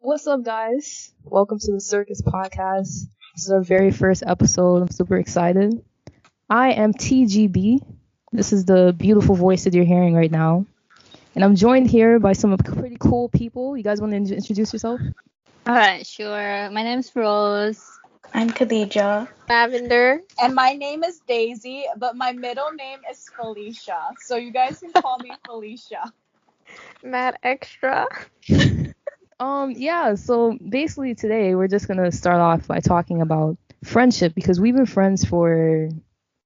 What's up, guys? Welcome to the Circus Podcast. This is our very first episode. I'm super excited. I am TGB. This is the beautiful voice that you're hearing right now. And I'm joined here by some pretty cool people. You guys want to in- introduce yourself? All right, sure. My name's Rose. I'm Khadija. Lavender. And my name is Daisy, but my middle name is Felicia. So you guys can call me Felicia. Mad Extra. Um, yeah, so basically today we're just gonna start off by talking about friendship because we've been friends for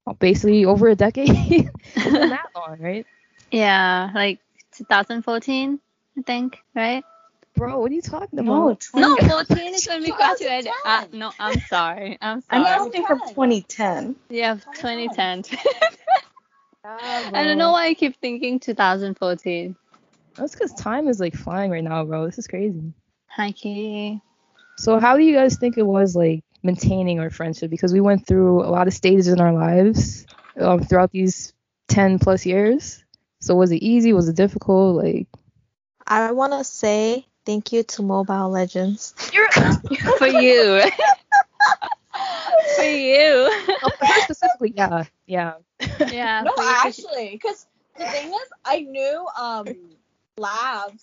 well, basically over a decade. It's been that long, right? Yeah, like 2014, I think, right? Bro, what are you talking No, about? 20, No, 14 is when we 2010. graduated. Uh, no, I'm sorry. I'm I'm sorry. asking from 2010. Yeah, Oh, 2010. 2010. I don't know why I keep thinking 2014. That's because time is like flying right now, bro. This is crazy. Hikey. So how do you guys think it was like maintaining our friendship? Because we went through a lot of stages in our lives um, throughout these ten plus years. So was it easy? Was it difficult? Like I want to say thank you to Mobile Legends. For you. for you. Oh, for her specifically, yeah, yeah. yeah. No, for you, 'cause- actually, because the thing is, I knew um Labs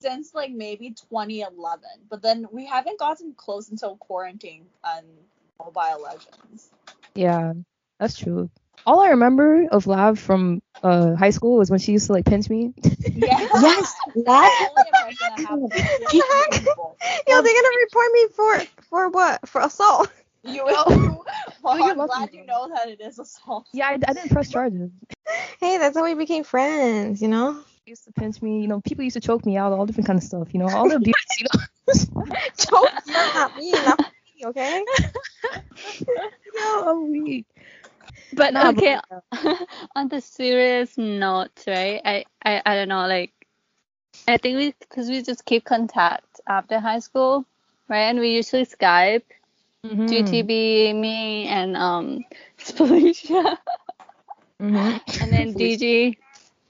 since like maybe 2011, but then we haven't gotten close until quarantine on Mobile Legends. Yeah, that's true. All I remember of Lav from uh, high school was when she used to like pinch me. Yeah. Yes, That's that. the only impression I have of you. What the Yo, they're gonna report me for for what? For assault. You well, you're I'm glad lucky. you know that it is assault. Yeah, I, I didn't press charges. Hey, that's how we became friends, you know? She used to pinch me. You know, people used to choke me out, all different kind of stuff. You know, all the abuse. You know. Joke, not me, not me, okay? Yo, I'm weak. But Nah, but- okay, on the serious note, right? I, I, I don't know, like, I think we, because we just keep contact after high school, right? And we usually Skype, Mhm, GTB, me, and um, Felicia, mhm. and then DG.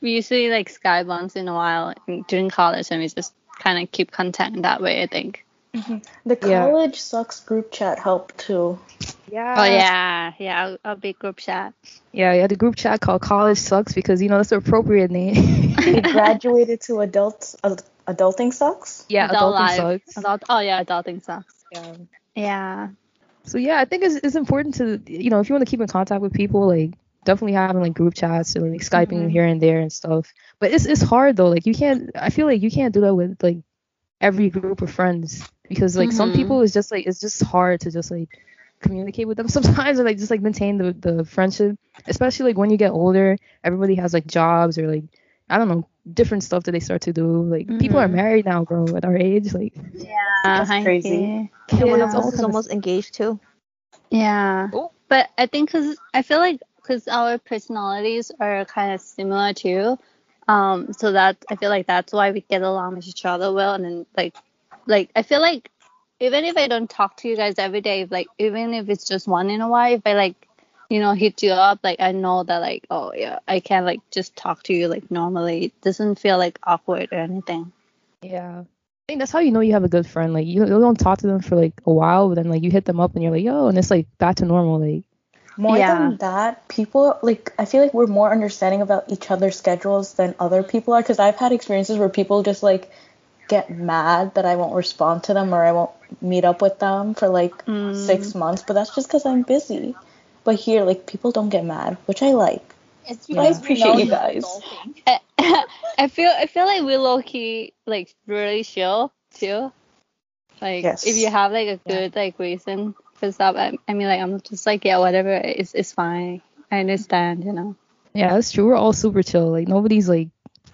We usually like Skype once in a while during college, and we just kind of keep contact that way, I think. The Yeah. college sucks group chat helped too. Yeah. oh, yeah, yeah, I'll, I'll be group chat. Yeah, we had a group chat called College Sucks because you know that's the appropriate name. We graduated to adults. ad- adulting sucks. yeah, Adult adulting life. sucks. Adult, oh, yeah, adulting sucks. Yeah. Yeah. So yeah, I think it's, it's important to you know if you want to keep in contact with people, like definitely having like group chats and like skyping Mhm. here and there and stuff. But it's it's hard though. Like you can't. I feel like you can't do that with like every group of friends because like some Mhm. people it's just like it's just hard to just like communicate with them sometimes or like just like maintain the the friendship. Especially like when you get older, everybody has like jobs or like I don't know different stuff that they start to do. Like people are Mhm. married now, bro. At our age, like Yeah. That's hi, crazy. Kay. And one kids, of Yeah. all us is kinda almost engaged too. Yeah. Oh. But I think because I feel like because our personalities are kind of similar too, um, so that I feel like that's why we get along with each other well, and then like, like I feel like even if I don't talk to you guys every day, if, like even if it's just one in a while, if I like, you know, hit you up, like I know that like oh yeah, I can like just talk to you like normally. It doesn't feel like awkward or anything. Yeah. I think that's how you know you have a good friend. Like you, you don't talk to them for like a while, but then like you hit them up and you're like, yo, and it's like back to normal. Like More Yeah. than that, people like I feel like we're more understanding about each other's schedules than other people are because I've had experiences where people just like get mad that I won't respond to them or I won't meet up with them for like six months, but that's just because I'm busy. But here, like people don't get mad, which I like. It's Yeah. because we I appreciate know you you're guys. adulting. I feel I feel like we're low key like really chill too. Like Yes. if you have like a Yeah. good like reason for stuff, I, I mean like I'm just like yeah whatever it's it's fine. I understand, you know. yeah, that's true. We're all super chill. Like nobody's like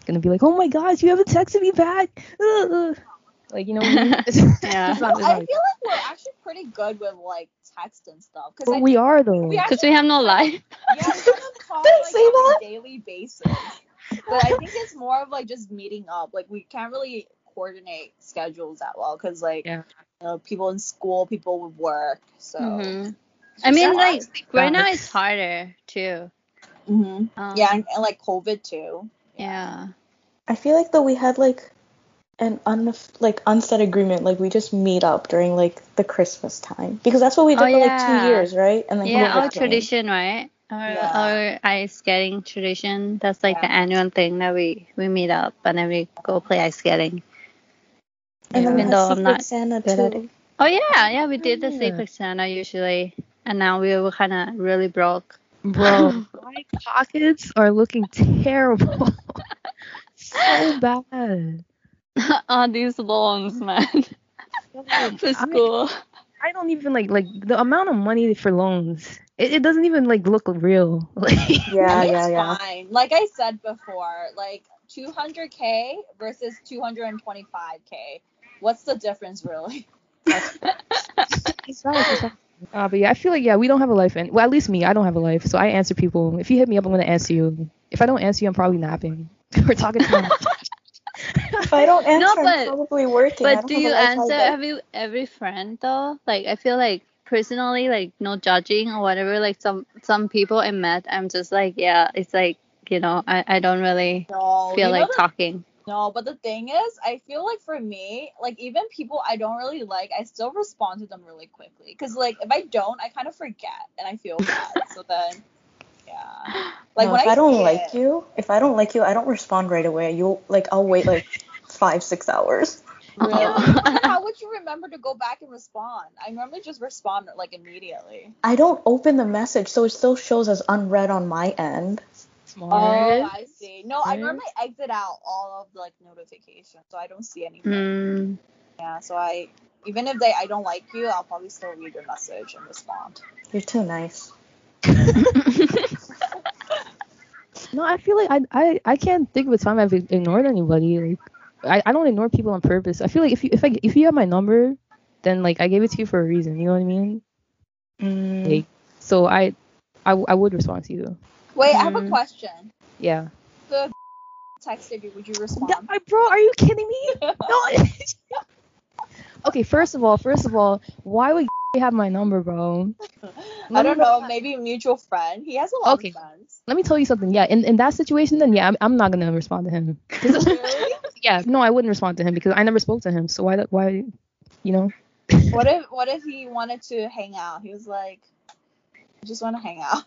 gonna be like, oh my gosh, you haven't texted me back. Ugh, ugh." Like you know, what I mean? It's- Yeah. it's not- it's I feel not- like we're actually pretty good with like text and stuff. Cause I but we are though. we Because we have no life. Yeah, we kind of talk Don't like say on that. a daily basis. But I think it's more of like just meeting up. Like we can't really coordinate schedules that well because like Yeah. you know, people in school, people with work. So Mm-hmm. Mhm. I mean like right now bad. it's harder too. Mhm. Um, yeah, and, and like COVID too. Yeah. I feel like though we had like an un like unsaid agreement. Like we just meet up during like the Christmas time because that's what we did Oh, for like yeah. two years, right? And then yeah, COVID our came. tradition, right? Our, Yeah. our ice skating tradition. That's like the Yeah. annual thing that we we meet up and then we go play ice skating. And then we Even had though I'm Secret not Santa good at too. Oh yeah, yeah, we did the Yeah. Secret Santa usually, and now we were kind of really broke. Bro, my pockets are looking terrible. so bad. On Oh, these loans, man, I- for school. I don't even like like the amount of money for loans. It, it doesn't even like look real. Like Yeah, it's yeah, yeah. fine. Like I said before, like 200k versus 225k. What's the difference really? it's valid, it's valid. Uh, but yeah, I feel like yeah, we don't have a life, and well, at least me, I don't have a life, so I answer people. If you hit me up, I'm gonna answer you. If I don't answer you, I'm probably napping or talking to my If I don't answer, but- I'm probably working. I But don't do have a you life answer like that. every every friend though? Like I feel like personally, like no judging or whatever. Like some some people I met, I'm just like yeah, it's like you know I I don't really No. feel you know like the- talking. No, but the thing is, I feel like for me, like even people I don't really like, I still respond to them really quickly. Cause like if I don't, I kind of forget and I feel bad. so then, yeah. Like No, when if I, don't see like it- you, if I don't like you, I don't respond right away. You'll like I'll wait like five, six hours. Yeah, Oh. but then how would you remember to go back and respond? I normally just respond like immediately. I don't open the message, so it still shows as unread on my end. smart. Oh, I see. No, I Yes. normally exit out all of like notifications, so I don't see anything. Mm, Yeah, so I even if they I don't like you, I'll probably still read your message and respond. You're too nice. No, I feel like I, I I can't think of a time I've ignored anybody. Like I, I don't ignore people on purpose. I feel like if you if I if you have my number, then like I gave it to you for a reason. You know what I mean? Mm. Like so I I, I would respond to you. Wait, I have a Mhm. question. Yeah. the texted you, would you respond? bro, are you kidding me? No. okay, first of all, first of all, why would you have my number, bro? I don't know, maybe a mutual friend. He has a lot Okay. of friends. Let me tell you something. Yeah, in, in that situation, then yeah, I'm, I'm not gonna respond to him. 'Cause- Really? yeah, no, I wouldn't respond to him because I never spoke to him. So why why, you know? what if what if he wanted to hang out? He was like, I just want to hang out.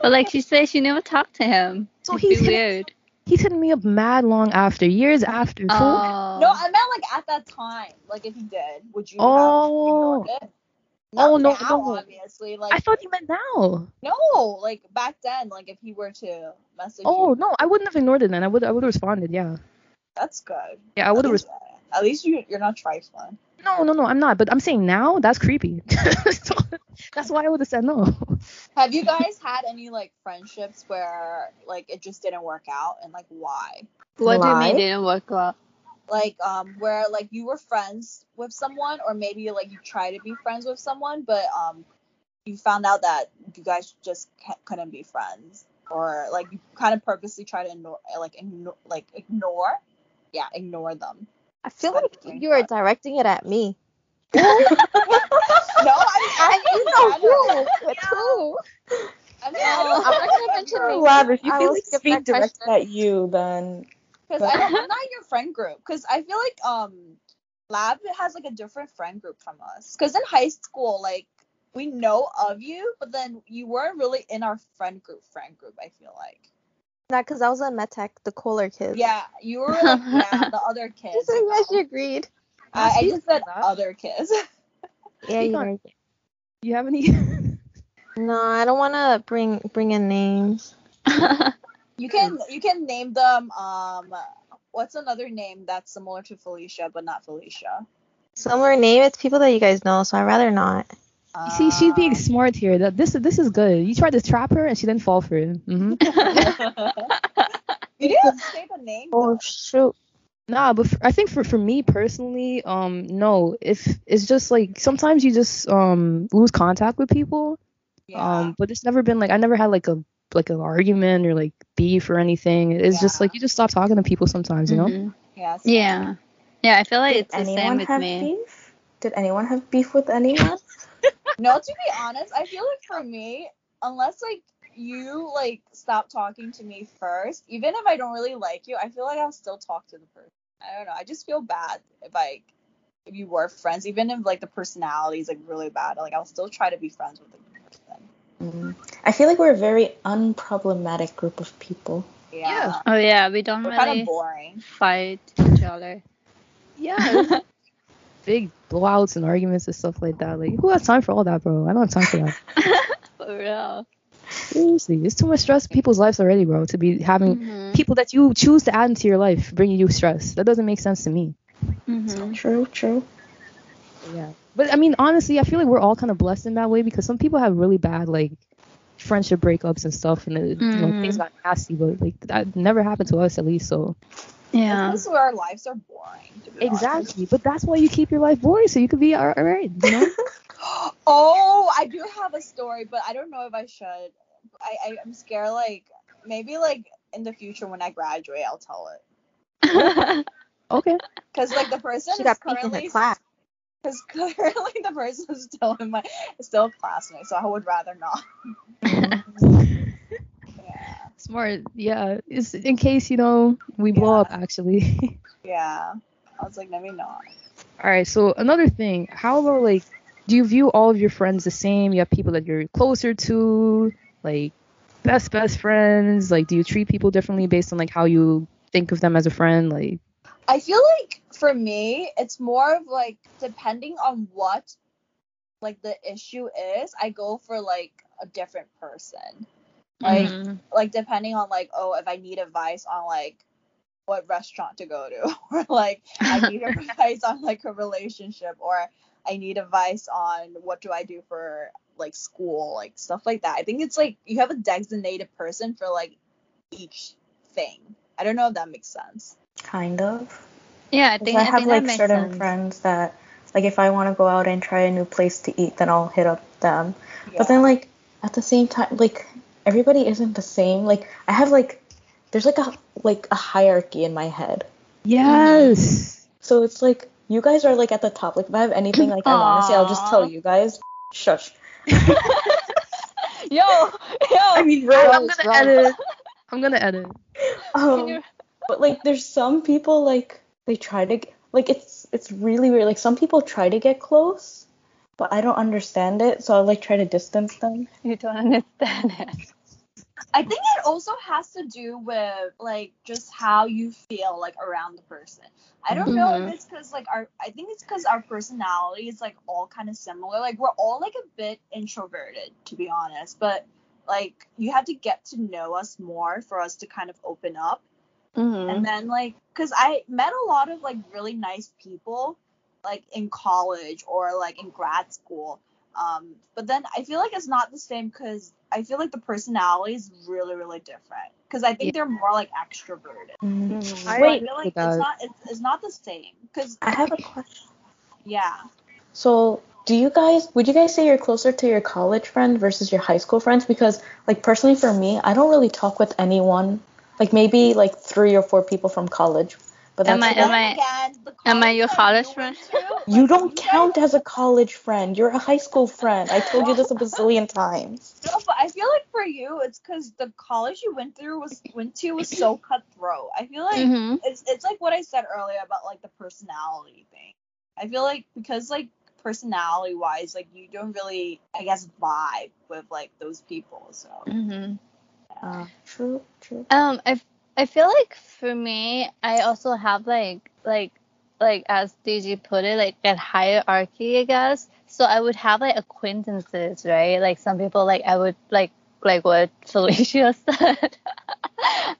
but like she said, she never talked to him. So It'd be he's gonna- weird. He's hitting me up mad long after, years after. fool. Oh. Um, No, I meant like at that time. Like if he did, would you Oh. have ignored it? Oh, Not no, now, no. obviously. Like I thought you meant now. no, like back then, like if he were to message Oh you, no, I wouldn't have ignored it then. I would I would have responded. Yeah, that's good. yeah, I would have. At Res- least- At least you you're not trifling. no, no, no, I'm not. But I'm saying now that's creepy. so, that's why I would have said no. Have you guys had any like friendships where like it just didn't work out and like why? What do you Lie? mean didn't work out? like um where like you were friends with someone or maybe like you try to be friends with someone but um you found out that you guys just ca- couldn't be friends or like you kind of purposely try to ignore like ignore like ignore yeah ignore them I feel Sorry, like brain you are fart. directing it at me. no i'm You know who? With who? i'm I'm not gonna mention names. Lab, if you I feel will like skip speak that direct question. at you, then because I don't, I'm not in your friend group. Because I feel like um, lab has like a different friend group from us. Because in high school, like we know of you, but then you weren't really in our friend group. Friend group, I feel like. Not because I was on MedTech, the cooler kids. Yeah, you were like yeah, the other kids. Just so you you guys know? agreed. I, I just said Lab? other kids. Yeah, Speak you on- guys. you have any? No, I don't want to bring bring in names. You can you can name them. Um, what's another name that's similar to Felicia but not Felicia? Similar name, it's people that you guys know, so I'd rather not. You See, she's being Um, smart here. That this this is good. You tried to trap her and she didn't fall for it. hmm Um, you didn't say the name. Oh though. shoot. Nah, but for, I think for for me personally, um, no, if it's just like sometimes you just um lose contact with people. Um, but it's never been like I never had like a like an argument or like beef or anything. It's just Yeah. like you just stop talking to people sometimes, you know. Mhm. yeah. so- Yeah. Yeah, I feel like did it's the same anyone with have me. beef? Did anyone have beef with anyone? No, to be honest, I feel like for me, unless like you like stop talking to me first, even if I don't really like you, I feel like I'll still talk to the person. I don't know. I just feel bad if like if you were friends, even if like the personality is like really bad, like I'll still try to be friends with the person. Mm. I feel like we're a very unproblematic group of people. Yeah. Yeah. Oh yeah, we don't We're kind really of boring. fight each other. Yeah. Big blowouts and arguments and stuff like that. Like, who has time for all that, bro? I don't have time for that. For real. Seriously, it's too much stress in people's lives already, bro. To be having Mhm. people that you choose to add into your life bringing you stress. That doesn't make sense to me. Mhm. True, true. Yeah. But I mean, honestly, I feel like we're all kind of blessed in that way because some people have really bad like friendship breakups and stuff, and it, you know Mm. things got nasty. But like that never happened to us, at least. So Yeah. This is where our lives are boring. to be honest. exactly. But that's why you keep your life boring, so you could be all all right. You know? Oh, I do have a story, but I don't know if I should. I, I I'm scared. Like maybe like in the future when I graduate, I'll tell it. okay. Cause like the person She is got picked in her currently class. Because clearly the person is still in my still a classmate, so I would rather not. Yeah. Smart. Yeah. It's in case you know we blow Yeah. up actually. Yeah. I was like, maybe not. All right. So another thing, how about like, do you view all of your friends the same? You have people that you're closer to, like best best friends. Like, do you treat people differently based on like how you think of them as a friend? Like, I feel like for me, it's more of like depending on what like the issue is, I go for like a different person. Like Mhm. like depending on like, oh, if I need advice on like what restaurant to go to or like I need advice on like a relationship or I need advice on what do I do for like school, like stuff like that. I think it's like you have a designated person for like each thing. I don't know if that makes sense. Kind of. Yeah, I Because think I I, have think that like makes certain sense. friends that like if I want to go out and try a new place to eat, then I'll hit up them. Yeah. But then like at the same time, like everybody isn't the same. Like I have like there's like a like a hierarchy in my head. yes. So it's like you guys are like at the top. Like if I have anything like I want to say, I'll just tell Aw. you guys. Shush. yo, yo. I mean, real. I'm gonna edit. I'm gonna edit. Can Um, you- but like there's some people like they try to g- like it's it's really weird like some people try to get close but i don't understand it so i like try to distance them You don't understand it. I think it also has to do with like just how you feel like around the person. I don't know Mhm. if it's because like our I think it's because our personality is like all kind of similar. Like we're all like a bit introverted to be honest, but like you have to get to know us more for us to kind of open up. Mhm. And then like because I met a lot of like really nice people like in college or like in grad school. Um, but then I feel like it's not the same because I feel like the personality is really really different because I think they're more like extroverted. Mm-hmm. I Mhm. So I agree feel with like it's that. not it's, it's not the same because i have a question yeah so do you guys would you guys say you're closer to your college friend versus your high school friends because like personally for me i don't really talk with anyone like maybe like three or four people from college but Am that's I- about- am Then I- again, the am I your college college that you went to, you like, don't guys- count as a college friend you're a high school friend i told you this a bazillion times No, but I feel like for you, it's because the college you went through was went to was so cutthroat. I feel like Mhm. it's it's like what I said earlier about like the personality thing. I feel like because like personality wise, like you don't really I guess vibe with like those people. So Mhm. Uh, true, true. Um, I I feel like for me, I also have like like like as DG put it, like that hierarchy, I guess. So I would have like acquaintances, right? Like some people, like I would like like what Felicia said.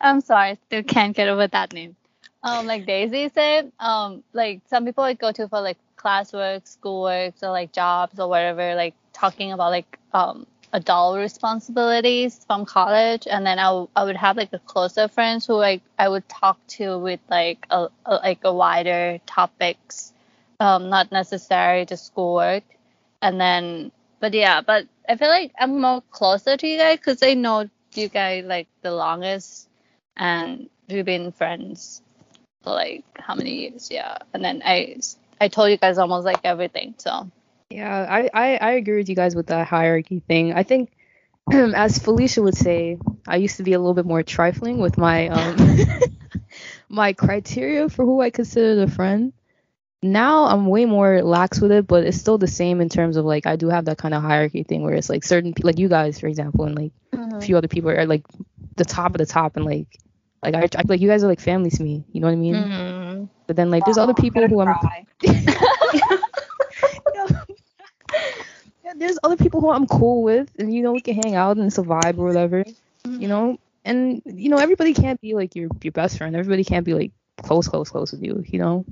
I'm sorry, still can't get over that name. Um, like Daisy said, um, like some people I go to for like classwork, schoolwork, or like jobs or whatever, like talking about like um adult responsibilities from college and then I, w- I would have like a closer friends who like I would talk to with like a, a like a wider topics um not necessary to schoolwork and then but yeah but I feel like I'm more closer to you guys because I know you guys like the longest and we've been friends for like how many years yeah and then I I told you guys almost like everything so Yeah, I, I I agree with you guys with that hierarchy thing. I think as Felicia would say, I used to be a little bit more trifling with my um my criteria for who I considered a friend. Now I'm way more lax with it, but it's still the same in terms of like I do have that kind of hierarchy thing where it's like certain pe- like you guys for example and like a few other people are like the top of the top and like like I, I like you guys are like family to me, you know what I mean? Mm. Mm-hmm. But then like there's Wow, other people gonna who I'm cry. yeah, there's other people who I'm cool with, and you know we can hang out and survive or whatever, Mm-hmm. you know. And you know everybody can't be like your your best friend. Everybody can't be like close, close, close with you. You know,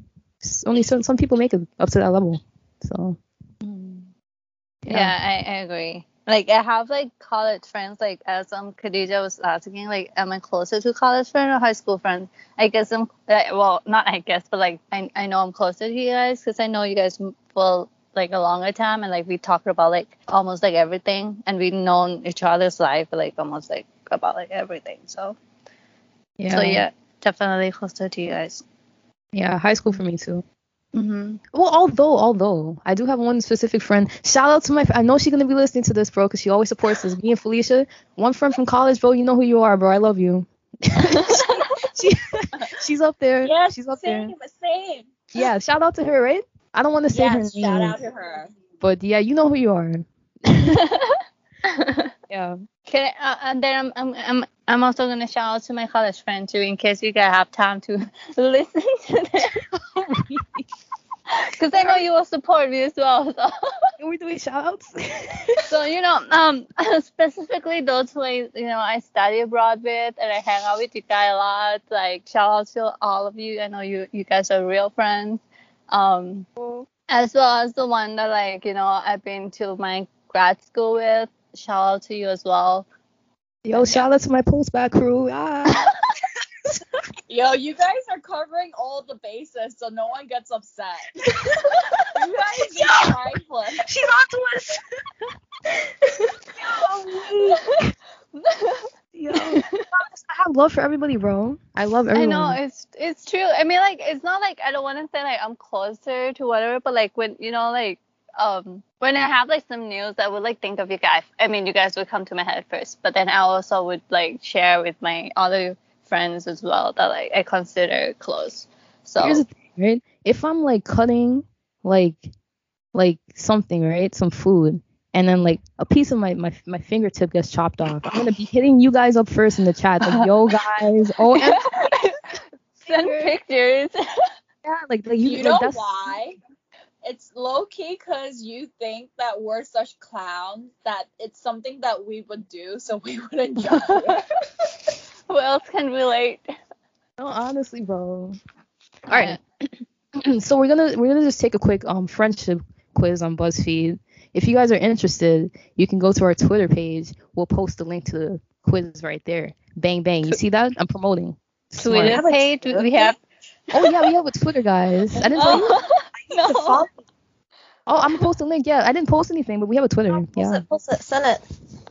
S- only some some people make it up to that level. So Mm-hmm. Yeah, I, I agree. Like I have like college friends, like as um Khadija was asking, like am I closer to college friend or high school friends? I guess I'm like, well, not I guess, but like I, I know I'm closer to you guys because I know you guys m- for like a longer time and like we talked about like almost like everything and we've known each other's life like almost like about like everything. So yeah, so yeah, definitely closer to you guys. yeah. High school for me too. Mm-hmm. Well, although, although I do have one specific friend. Shout out to my. I know she's gonna be listening to this, bro, because she always supports us. Me and Felicia, one friend from college, bro. You know who you are, bro. I love you. she, she's up there. Yes, she's up there. same, same. Yeah, shout out to her, right? I don't want to say her Yes, name, shout out to her. but yeah, you know who you are. yeah. Can I, uh, and then I'm, I'm I'm I'm also gonna shout out to my college friend too, in case you guys have time to listen to this. Because I know you will support me as well. So, Can we do doing shout outs? so you know, um, specifically those who I, you know I study abroad with and I hang out with you guys a lot. Like shout out to all of you. I know you you guys are real friends. Um, as well as the one that like you know I've been to my grad school with. Shout out to you as well. Yo, shout out to my post back crew. Ah. Yo, you guys are covering all the bases, so no one gets upset. you guys are priceless. she's on to us. Yo. I have love for everybody, bro. I love everyone. I know it's it's true. I mean, like it's not like I don't want to say like I'm closer to whatever, but like when you know like um when I have like some news, I would like think of you guys. I mean, you guys would come to my head first, but then I also would like share with my other friends as well that like I consider close. So Here's the thing, right? If I'm like cutting like like something, right? Some food, and then like a piece of my my, my fingertip gets chopped off, I'm gonna be hitting you guys up first in the chat. Like, yo guys, oh and send pictures. yeah, like like you, You like, know that's, why? It's low key because you think that we're such clowns that it's something that we would do, so we wouldn't judge. you. Who else can relate? No, honestly, bro. All right. so we're gonna we're gonna just take a quick um friendship quiz on BuzzFeed. If you guys are interested, you can go to our Twitter page. We'll post the link to the quiz right there. Bang bang. You see that? I'm promoting. Smart. Twitter a page Twitter we have. Oh yeah, we have a Twitter, guys. I didn't tell you. Oh, no. Oh, I'm gonna post a link. Yeah, I didn't post anything, but we have a Twitter. Post yeah. it, post it, send it.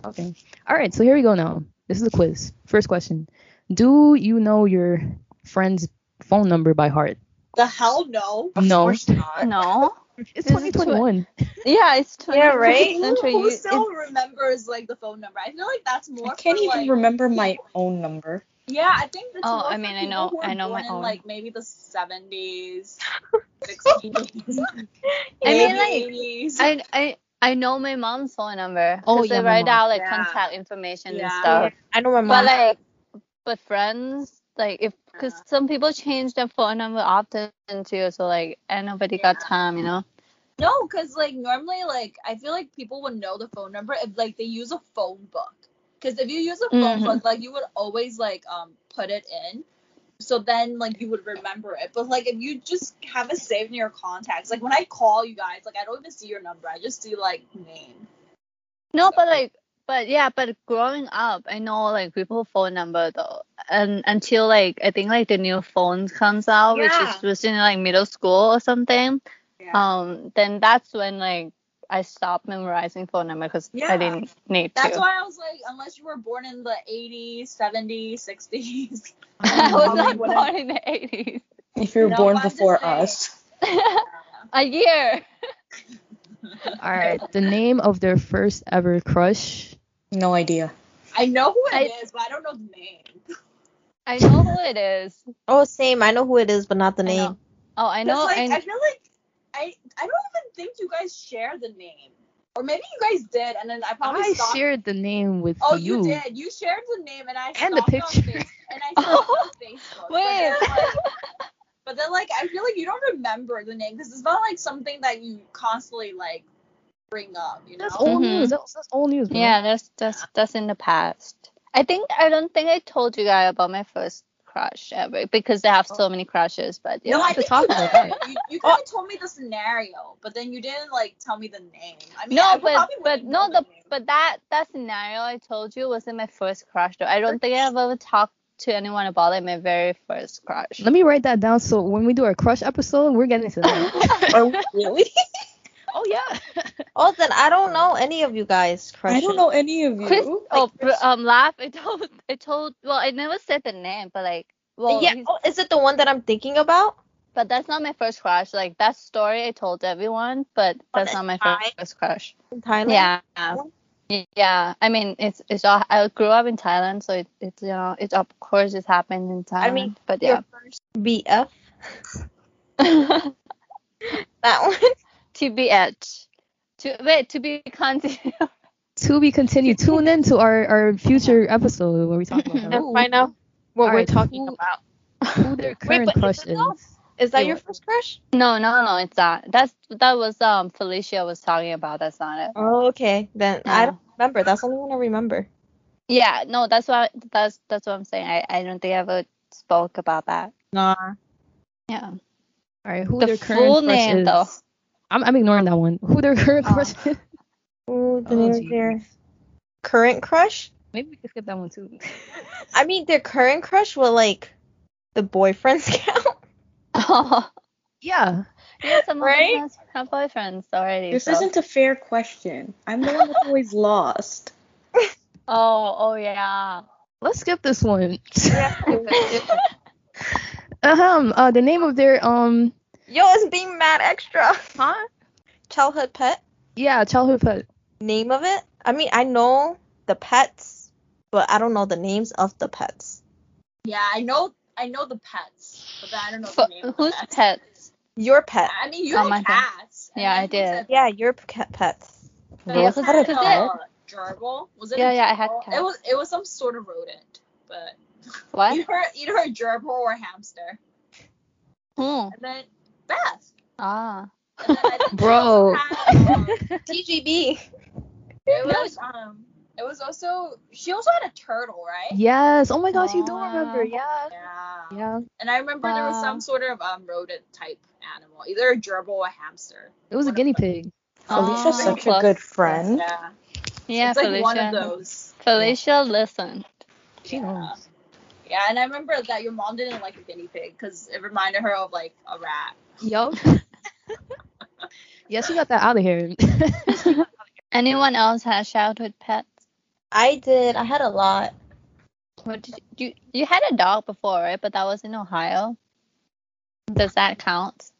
Okay. All right. So here we go now. This is a quiz. First question: Do you know your friend's phone number by heart? the hell no. Of No. course course not. No. It's This is 2021. Yeah, it's 20. Yeah, right? Who, Century. who You- still remembers like the phone number? I feel like that's more. I can't for, even like, remember my own number. Yeah, I think that's Oh, more I for mean, I people know- who were I know my born in, own. like maybe the 70s, 60s, I mean, maybe like, 80s. I I I know my mom's phone number. Oh, 'cause yeah, I my mom. write down like Yeah. contact information and Yeah. stuff. I know my But mom. like, but friends, like if because Yeah. some people change their phone number often too, so like, and nobody got time, you know. No, because like normally, like I feel like people would know the phone number if like they use a phone book. Because if you use a phone Mhm. book, like you would always like um put it in, so then like you would remember it. But like if you just have it saved in your contacts, like when I call you guys, like I don't even see your number. I just see like name. No, but like, but yeah, but growing up, I know like people phone number though, and until like I think like the new phone comes out, which Yeah. is was in like middle school or something. Yeah. Um, then that's when like I stopped memorizing phone number because I Yeah. didn't need That's to. why I was like, unless you were born in the 80s, 70s, 60s. I was Probably not wouldn't. born in the 80s. If you were No, born I'm just before saying. us, a year. All right. The name of their first ever crush No idea. I know who it is, I- but I don't know the name. I know who it is. Oh, same. I know who it is, but not the I know. name. Oh, I know. Like, I, I feel like I I don't even think you guys share the name, or maybe you guys did, and then I probably I stalked- shared the name with Oh, you. you did. You shared the name, and I And the stalked on picture. Face- and I stalked on Facebook. Wait. But then, like, but then, like, I feel like you don't remember the name because it's not like something that you constantly like bring up. You know. That's old Mhm. news. That's, that's old news. Bro. yeah, that's that's that's in the past. I think I don't think I told you guys about my first crush ever because I have so many crushes. But yeah. No, I have to think talk you about did. that. You, you Oh. kind of told me the scenario, but then you didn't like tell me the name. I mean, no, I but probably but wouldn't know no, the name. but that that scenario I told you wasn't my first crush though. I don't think I've ever talked to anyone about like my very first crush. Let me write that down so when we do our crush episode, we're getting to that. Are we really? oh yeah. Oh, then I don't know any of you guys. Crushes. I don't know any of you. Chris, oh, br- um, laugh. I told, I told. Well, I never said the name, but like, well, yeah. he's- Oh, is it the one that I'm thinking about? but that's not my first crush. Like that story, I told everyone, but Oh, that's not my that's first, first crush. In Thailand. Yeah. Yeah. I mean, it's it's all. I grew up in Thailand, so it, it's you know, it's of course it happened in Thailand. I mean, but yeah. Your first BF. That one. TBH. To wait to be continued. To be continued. Tune in to our, our future episode where we talk about that. and find out what All we're right, talking who- about. who their current but is crush it is. not- Is that Wait, your first crush? No, no, no, it's not. That's that was um Felicia was talking about. That's not it. Oh, okay. Then I Yeah. don't remember. That's the only one I remember. Yeah, no, that's what that's that's what I'm saying. I I don't think I ever spoke about that. Nah. Yeah. All right, who the their current full crush name, is. though. I'm, I'm ignoring that one. Who their current Oh. crush is. Ooh, the Oh, name geez. of their current crush? Maybe we could skip that one too. I mean, their current crush will like the boyfriends count. Oh, yeah. yeah, some Right? of us have boyfriends already. This so- isn't a fair question. I'm the one that's always lost. Oh, oh yeah. Let's skip this one. um, uh, the name of their um Yo, it's being mad extra. huh? Childhood pet. Yeah, childhood pet. Name of it? I mean, I know the pets, but I don't know the names of the pets. Yeah, I know. I know the pets, but then I don't know the name. F- of the who's pets. pets? Your pet. I mean, you Oh had my God. cats. and Yeah, then I you did. said- Yeah, your p- pets. then Yeah, you 'cause- had, 'cause it- uh, gerbil. Was it? a Yeah, yeah, I had gerbil? cats. It was. It was some sort of rodent, but What? either either a gerbil or a hamster. Hmm. And then Beth. Ah. And then I think Bro. She also had, um, TGB. it was um. It was also. She also had a turtle, right? Yes. Oh my gosh, you do Wow. remember. Yeah. Yeah. Yeah. And I remember there was Wow. some sort of um rodent type animal, either a gerbil or a hamster. It was a guinea pig. Oh, Alicia's such a close. good friend. Yeah. Yeah, it's like Felicia. one of those. Felicia, listen. She knows. Yeah, and I remember that your mom didn't like a guinea pig because it reminded her of like a rat. Yup. yeah, she got that out of here. Anyone else has childhood pets? I did. I had a lot. What did you, you you had a dog before, right? But that was in Ohio. Does that count?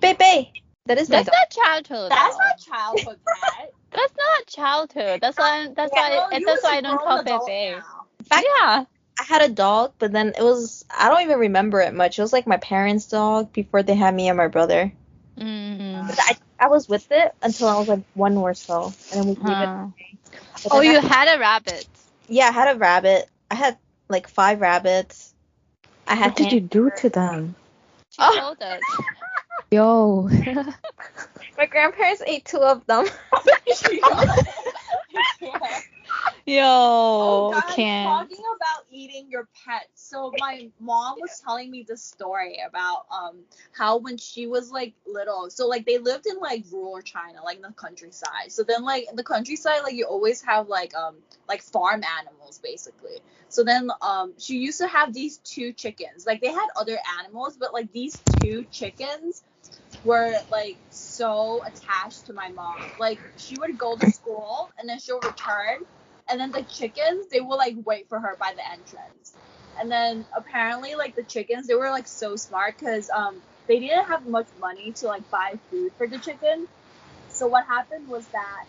Bebe. That is my That's dog. not childhood. That's though. not childhood pet. That's not childhood. That's why. That's No, why. you that's was why a I don't grown call adult Pepe. now. Back- yeah. I had a dog, but then it was I don't even remember it much. It was like my parents' dog before they had me and my brother. Mm. But I I was with it until I was like one or so, and then we gave it. Huh. but Oh, then you I- had a rabbit. yeah, I had a rabbit. I had like five rabbits. I had. What did you do to them? She Oh. told us. Yo. ham- My grandparents ate two of them. Yeah. Yo, Oh, guys, Ken. talking about eating your pets. So my mom was telling me this story about um how when she was like little, so like they lived in like rural China, like in the countryside. So then like in the countryside, like you always have like um like farm animals basically. So then um she used to have these two chickens. Like they had other animals, but like these two chickens were like so attached to my mom. Like she would go to school and then she'll return and then the chickens they will like wait for her by the entrance and then apparently like the chickens they were like so smart because um they didn't have much money to like buy food for the chicken so what happened was that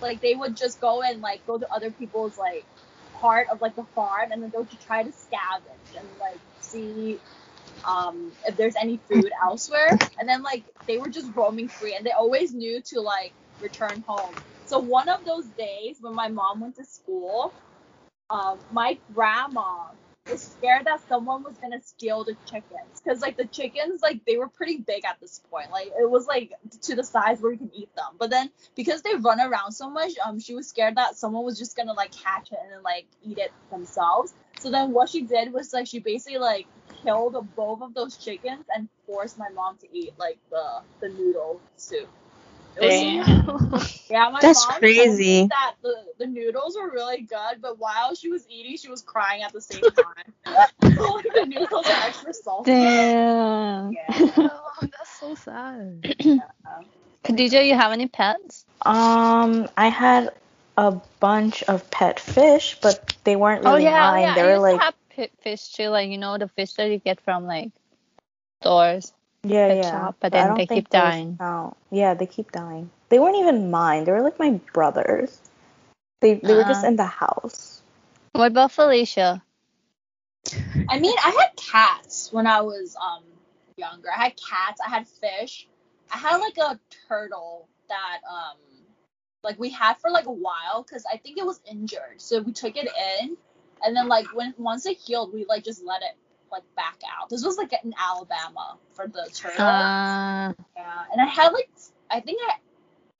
Like they would just go and like go to other people's like part of like the farm and then go to try to scavenge and like see um if there's any food elsewhere. And then like they were just roaming free and they always knew to like return home. So one of those days when my mom went to school, um, my grandma was scared that someone was gonna steal the chickens because like the chickens like they were pretty big at this point like it was like to the size where you can eat them but then because they run around so much um she was scared that someone was just gonna like catch it and then like eat it themselves so then what she did was like she basically like killed both of those chickens and forced my mom to eat like the the noodle soup It was- yeah, my That's mom told crazy. me that the, the noodles were really good, but while she was eating, she was crying at the same time. so like the noodles are extra salty. Damn. Yeah. that's so sad. Khadija, you have any pets? Um, I had a bunch of pet fish, but they weren't Oh really yeah, mine. yeah. They I were used like, to have pi- fish too, like you know the fish that you get from like stores. yeah, pet yeah. shop, but I then don't they think keep those dying. count. Yeah, they keep dying. They weren't even mine. They were like my brothers. They they were just Uh-uh. in the house. What about Felicia? I mean, I had cats when I was um younger. I had cats. I had fish. I had like a turtle that um like we had for like a while because I think it was injured, so we took it in, and then like when once it healed, we like just let it like back out. This was like in Alabama for the turtle. Uh, yeah, and I had like I think I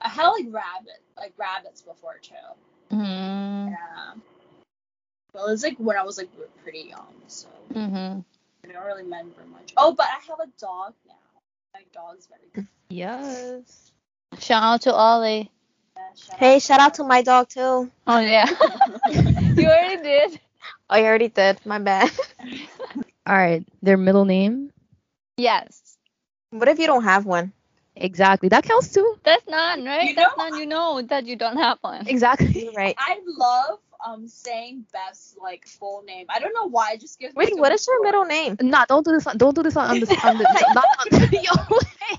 I had like rabbit like rabbits before too. mm, Yeah. Well, it's like when I was like pretty young, so. mm-hmm. I don't really remember much. Oh, but I have a dog now. My dog's very good. Yes. Shout out to Ollie. Yeah, shout Hey, out. shout out to my dog too. Oh yeah, you already did. I Oh, already did. My bad. All right, their middle name. Yes, what if you don't have one? Exactly. That counts too. that's none, right? You that's know- none. You know that you don't have one. Exactly. You're right. I love um saying Beth's like full name. I don't know why it just gives me. Wait, so what much is your joy. middle name? Nah, don't do this. On, don't do this on, on the on the not on the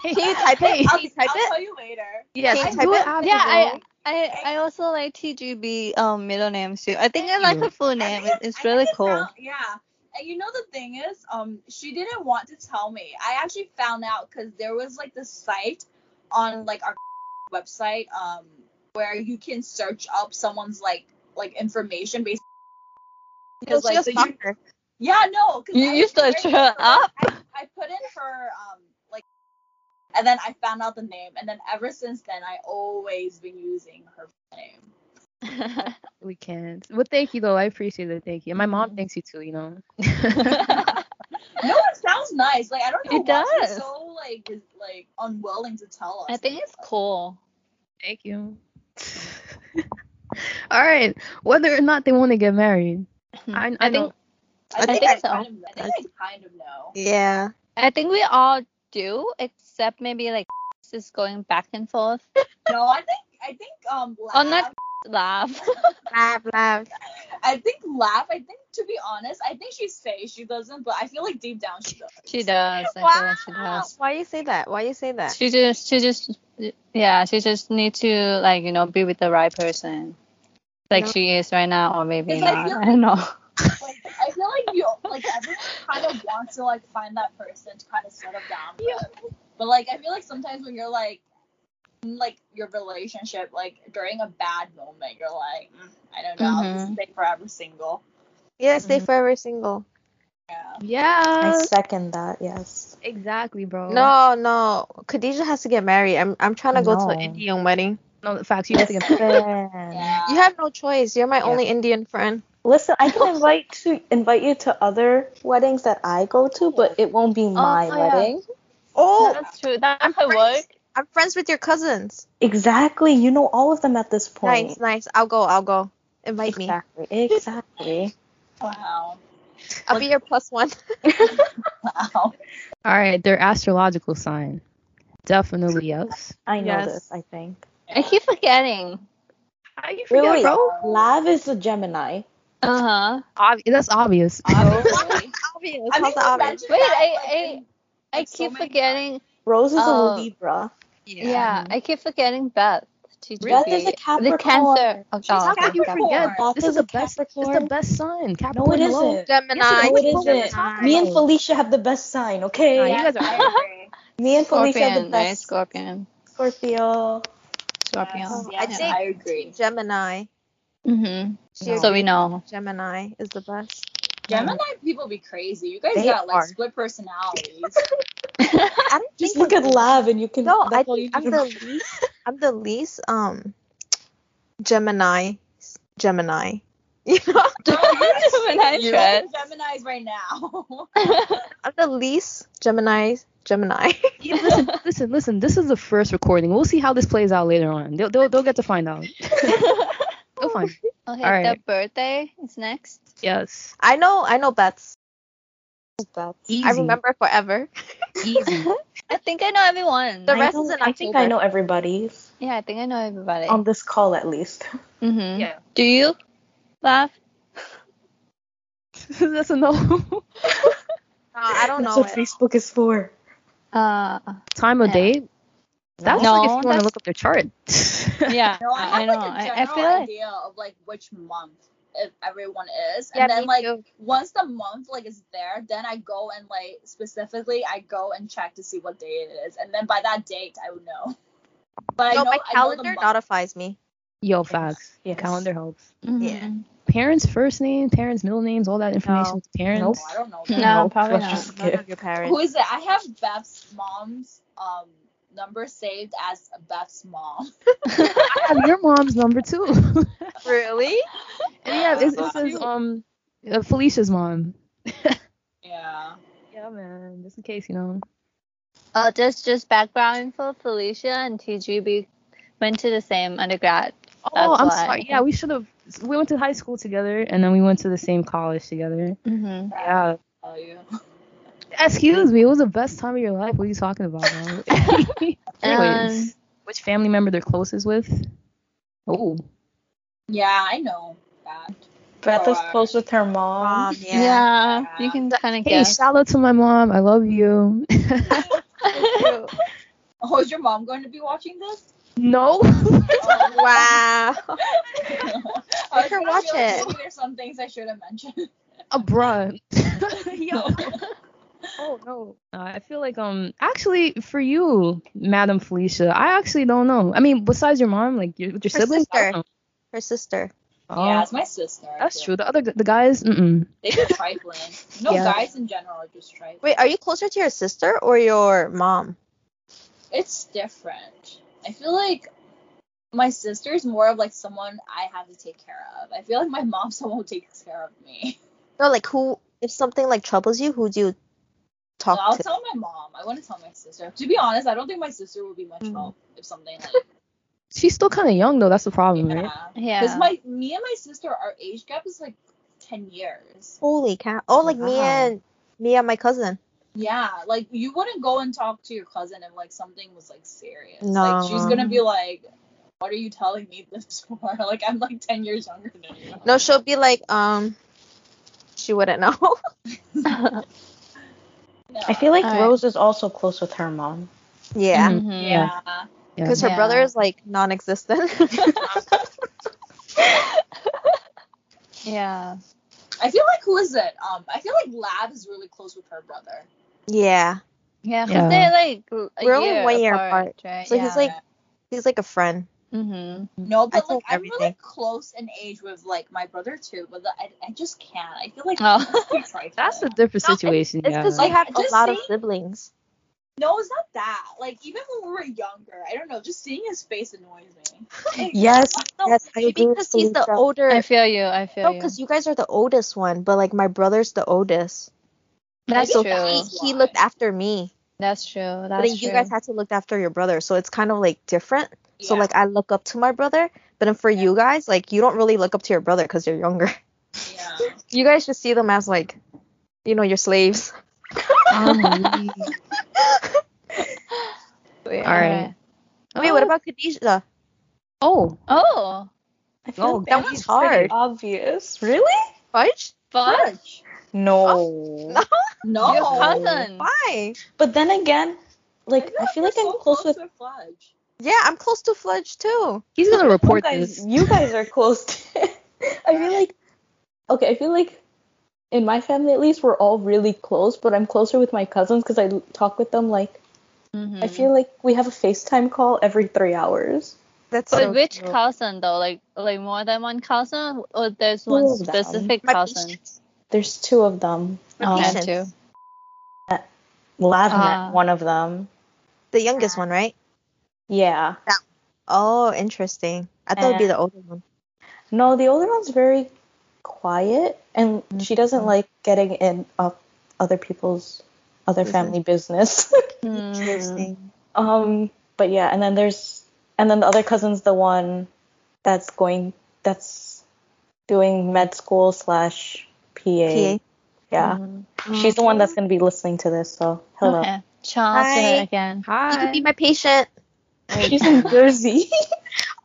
Can you type it? I'll, Can you type I'll it? tell you later. Can Yes, you type do it it? after. yeah, bro. I I I also like TGB um middle names too. I think I Mm. like her full name. It, I it's think really it cool. sound- yeah. And you know the thing is, um, she didn't want to tell me. I actually found out because there was like this site on like our website, um, where you can search up someone's like like information based. Because like so you- her. Yeah, no. 'cause You I used was to very shut concerned. up. I, I put in her um like, and then I found out the name, and then ever since then I always been using her name. We can. Well, thank you though. I appreciate it. Thank you. And my mom thanks you too. You know. No, it sounds nice. Like I don't know It why does. she's so like is, like unwilling to tell us. I think it's cool. Thank you. All right. Whether or not they want to get married, Mm, I, I, Hmm. think know. I think, think I, so. kind of know. I think I kind of know. Yeah. I think we all do, except maybe like is going back and forth. No, I think I think um laugh. Oh, not laugh. Laugh, laugh. I think laugh. I think to be honest, I think she says she doesn't, but I feel like deep down she does. She does. I feel like she does. Why you say that? Why you say that? She just, she just, yeah, she just need to like you know be with the right person, like No. she is right now, or maybe Because I not. feel I don't know. like I feel like you like everyone kind of wants to like find that person to kind of settle down. With. But like I feel like sometimes when you're like in, like your relationship like during a bad moment you're like "Mm, I don't know I'll just Mhm. stay forever single. Yeah, stay Mhm. forever single. Yeah. Yeah. I second that. Yes. Exactly, bro. No, no. Khadija has to get married. I'm I'm trying to go to an No. Indian wedding. No, the facts. You have to get married. Listen, Yeah. You have no choice. You're my Yeah. only Indian friend. listen. I can invite to invite you to other weddings that I go to, but it won't be my oh, yeah. wedding. Oh, That's true. That I'm could work. friends. I'm friends with your cousins. Exactly. You know all of them at this point. Nice, nice. I'll go. I'll go. Invite me. Exactly. Exactly. Wow. I'll be your plus one. Wow. All right. Their astrological sign. Definitely yes. I know Yes. this. I think. I keep forgetting. How you Wait, forget, wait. bro? Lav is a Gemini. Uh huh. Ob- that's obvious. Obviously. obvious. I mean, How's that you obvious? mentioned Wait, that, I- like, I- in- I like, so keep many times. forgetting. Rose is Oh. a Libra. Yeah. I keep forgetting Beth TGB. Beth is a the Capricorn. cancer. Oh, God. Capricorn. You forget. Beth This is is the a best. It's the Capricorn. best sign. Capricorn. No, it alone. isn't. Gemini. Yes, No, it What are you isn't. talking Me and about? Felicia have the best sign, Nah, okay? you guys are. agree. Me and Felicia have the Scorpion, right? best. Scorpion. Scorpio. Scorpion. Yes, I yes, think- I agree. Gemini. Mm-hmm. She So we agrees. know. Gemini is the best. Gemini people be crazy. You guys They got like are. split personalities. I don't Just think look at Lav and you can. No, I that's all you think I'm need the to least. I'm the least um Gemini. Gemini. You know, Gemini You're trash. like Gemini's right now. I'm the least Gemini. Gemini. Yeah, listen, listen, listen. This is the first recording. We'll see how this plays out later on. They'll, they'll, they'll get to find out. they'll find. Okay, All the right. birthday is next. Yes. I know. I know Beth's. Beth's. Easy. I remember forever. Easy. I think I know everyone. The I rest know- is in I think I October. know everybody's yeah, I think I know everybody. on this call at least. hmm Yeah. Do you laugh? That's a no. No, Uh, I don't That's know. what it. Facebook is for. Uh, Time Yeah. of day. That's No, like if you want that's- to look up their chart. yeah. No, I have know. like a I- general I feel like idea of like which month if everyone is, Yeah, and then me like too. once the month like is there, then I go and like specifically I go and check to see what day it is, and then by that date I would know. But I No, know my I know calendar the month. notifies me. Yo, facts. Yes. Calendar helps. Yeah. Mhm. Parents' first name, parents' middle names, all that information. No. to Parents. No, I don't know. Hmm. No, That. Nope, probably let's not. just None skip. of your parents. Who is it? I have Beth's mom's um number saved as Beth's mom. I have your mom's number too. Really? And yeah, it's, So it says cute. um uh, Felicia's mom. Yeah. Yeah, man. Just in case, you know. Oh, just just background info. Felicia and TGB went to the same undergrad. Oh, That's I'm why. sorry. Yeah, we should have. We went to high school together, and then we went to the same college together. Mm-hmm. Yeah. Oh, you. Excuse me. It was the best time of your life. What are you talking about, bro? Anyways, Um, which family member they're closest with? Oh, Yeah, I know that. Beth is Or- close with her mom. Mom, yeah. Yeah. you can kind of hey, guess. shout out to my mom. I love you. Ew. Oh, is your mom going to be watching this? no. Oh, Wow. I Make her was gonna be watch like, it. Maybe there's some things I should have mentioned. A bruh. Yo. Oh no. Uh, I feel like um actually for you, Madam Felicia, I actually don't know. I mean, besides your mom, like your with your Her siblings. I don't sister. know. Her sister. Oh, yeah, it's my sister. I that's think. true. The other g- the guys, mm-mm. They be trifling. No, Yeah. guys in general are just trifling. Wait, are you closer to your sister or your mom? It's different. I feel like my sister's more of like someone I have to take care of. I feel like my mom's someone who takes care of me. No, like who? If something like troubles you, who do you So talk I'll to? tell my mom. I want to tell my sister. To be honest, I don't think my sister would be much Mm. Mhm. help if something like She's still kind of young though. That's the problem, right? yeah. Because yeah. my me and my sister, our age gap is like ten years. Holy cow! Oh, like me Wow. and me and my cousin. Yeah, like you wouldn't go and talk to your cousin if like something was like serious. No. Like she's gonna be like, "What are you telling me this for?" Like I'm like ten years younger than you. No, she'll be like, um, she wouldn't know. No. I feel like Alright. Rose is also close with her Mm, mom. yeah, Mm-hmm. Mhm. yeah. Yeah. because her Yeah. brother is like non-existent. Yeah. I feel like who is it? Um, I feel like Lab is really close with her brother. yeah, Yeah, 'cause Yeah. they're like a We're only one year apart, right? so yeah. he's like he's like a friend. hmm Uh, No, but told like I'm really everything. close in age with like my brother too, but the, I, I just can't. I feel like Oh. it's like That's a different No, it's- situation. It's yeah. because Like, we have a just lot of saying- siblings. no, it's not that. Like even when we were younger, I don't know. Just seeing his face annoys me. Like, Yes. No, Yes, I maybe agree with because he's the Felicia. older. I feel you. I feel no, you. because you guys are the oldest one, but like my brother's the oldest. That's so Maybe true. he, that's he why. looked after me. That's true. That's but then true. you guys had to look after your brother, so it's kind of like different. So Yeah. like I look up to my brother, but then for you guys, like you don't really look up to your brother because you're younger. Yeah. You guys just see them as like, you know, your slaves. Um, All right. Wait, what about Khadija? Oh, Oh, I Oh, like that would be one's pretty hard. Obvious. Really? Fudge? fudge. No. No. No. Oh, Your cousin. Why? But then again, like I, feel we're like I'm so close with Fudge. Yeah, I'm close to Fledge too. He's gonna report you guys, this. you guys are close to I feel like okay, I feel like in my family at least we're all really close, but I'm closer with my cousins because I l- talk with them like Mm-hmm. Mm. I feel like we have a FaceTime call every three hours. That's But so which cute. cousin though? Like like more than one cousin, or there's one Two of them. specific My cousin? There's two of them. My Um, patience. Oh, too. Lavnet, Ah. one of them. The youngest one, right? Yeah. Oh, interesting. I thought it'd be And- the older one. No, the older one's very quiet, and she doesn't like getting in up other people's other Business. family business. Mm, Interesting. um, but yeah, and then there's and then the other cousin's the one that's going that's doing med school slash PA. PA. Yeah, she's the one that's gonna be listening to this. So hello, Okay. Shout out to Hi. her again. You could be Hi. my patient. she's in Jersey.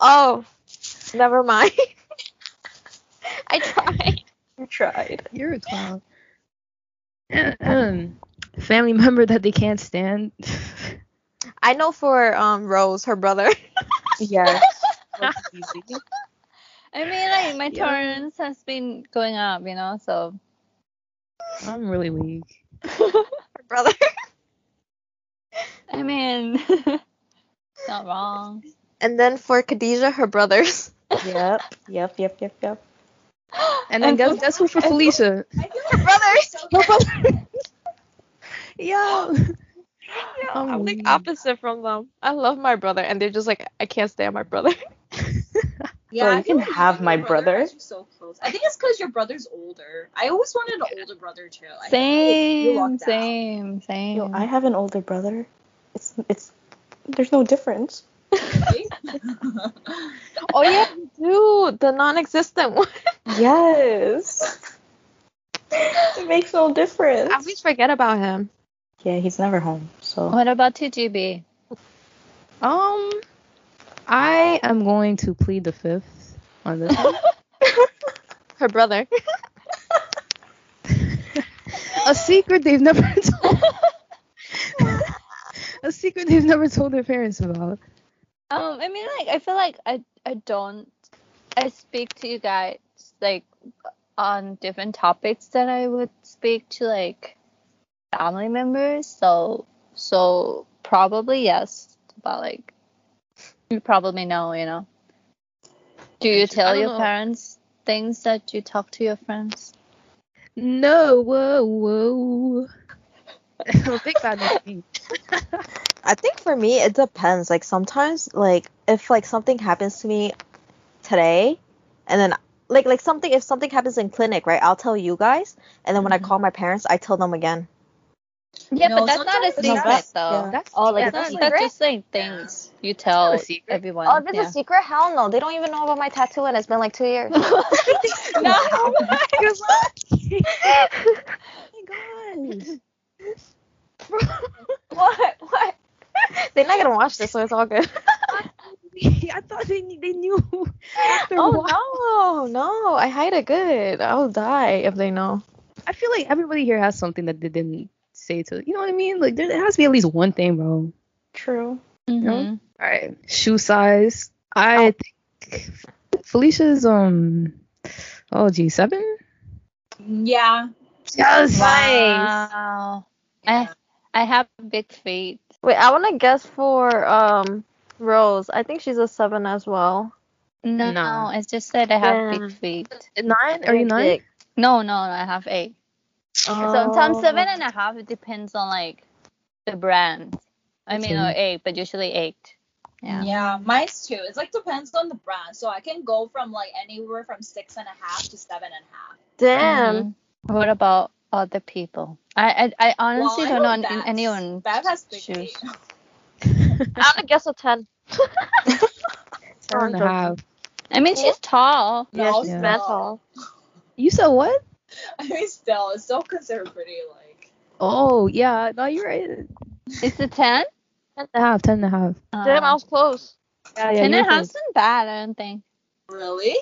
Oh, never mind. I tried. you tried. You're a clown. Family member that they can't stand. I know for um Rose, her brother. Yeah. I mean, like my Yeah. tolerance has been going up, you know. So I'm really weak. her brother. I mean, not wrong. And then for Khadijah, her brothers. yep. Yep. Yep. Yep. Yep. And then guess guess who for Felicia? I feel like Brothers. so Yo. Yeah, Oh, I'm like weird. opposite from them. I love my brother, and they're just like, I can't stand my brother. I Bro, feel you can you have and my your brother. guys are so close. I think it's because your brother's older. I always wanted an older brother too. I feel like you Same, lucked out. same, same. Yo, I have an older brother. It's it's there's no difference. Right? Oh yeah, dude, the non-existent one. Yes. it makes no difference. I always forget about him. yeah, he's never home. So What about 2GB? Um, I am going to plead the fifth on this one. Her brother. a secret they've never told. a secret they've never told their parents about. Um, I mean, like I feel like I I don't I speak to you guys like on different topics that I would speak to like family members. So so probably yes, but like you probably know, you know. Do you I tell don't your know. parents things that you talk to your friends? No, whoa, whoa. well, think about next week. I think for me it depends. Like sometimes like if like something happens to me today and then like like something if something happens in clinic, right? I'll tell you guys and then when I call my parents, I tell them again. Yeah, No, but that's not a sometimes- No, secret that's- though. That's Oh, like Yeah, that's that's, a that's secret? just saying things you tell a secret. everyone. Oh, this yeah. is secret? Hell no. They don't even know about my tattoo and it's been like 2 years. no. what? What? They're not going to watch this, so it's all good. I thought they knew- they knew. After a while. Oh no, no! I hide it good. I'll die if they know. I feel like everybody here has something that they didn't say to. You know what I mean? Like there, there has to be at least one thing, bro. true. Mhm. All right. Oh. Shoe size. I think Felicia's um. Oh gee, seven. yeah. Yes. Wow. I Yeah. I have big feet. Wait, I want to guess for um Rose. I think she's a seven as well. No, No. it's just that I have Yeah. big feet. Nine? Are you nine? No, no, no, I have eight. Oh. Sometimes seven and a half it depends on like the brand. I mean, Mm-hmm. or eight, but usually eight. Yeah. Yeah, mine's too. It's like depends on the brand. So I can go from like anywhere from six and a half to seven and a half. Damn. Mhm. What about other people? I I, I honestly don't well, I know, an- Babs. anyone. Babs has big shoes. feet. I'm gonna guess a ten. Seven and a half. I mean, she's tall. No, yeah, she's still. mental. You said what? I mean, still, it's still considered pretty like. Oh yeah. No, you're right. It's a ten. Uh, Ten and a half. Ten and a half. Oh. Damn, I was close. Yeah, ten you're and a right. half's not bad. I don't think. Really?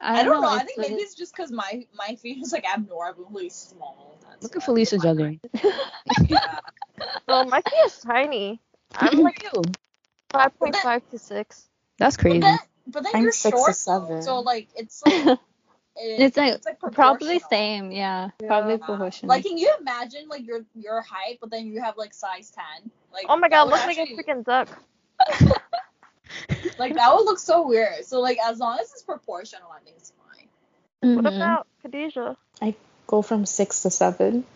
I I, don't know. I it's think what maybe it- it's just because my my feet is like abnormally small. That's Look at why. Felicia juggling. Yeah. Oh, my feet is tiny. I'm like you. Five point five to six. That's crazy. But then, but then I'm you're six short, to seven. so like it's like it- It's like, probably proportional. same, yeah. Probably Yeah. proportional. Like, can you imagine like your your height, but then you have like size ten? Like, Oh my that god, would looks like a actually- freaking duck. like that would look so weird. So like, as long as it's proportional, I think it's fine. What Mhm. about Khadija? Go from six to seven.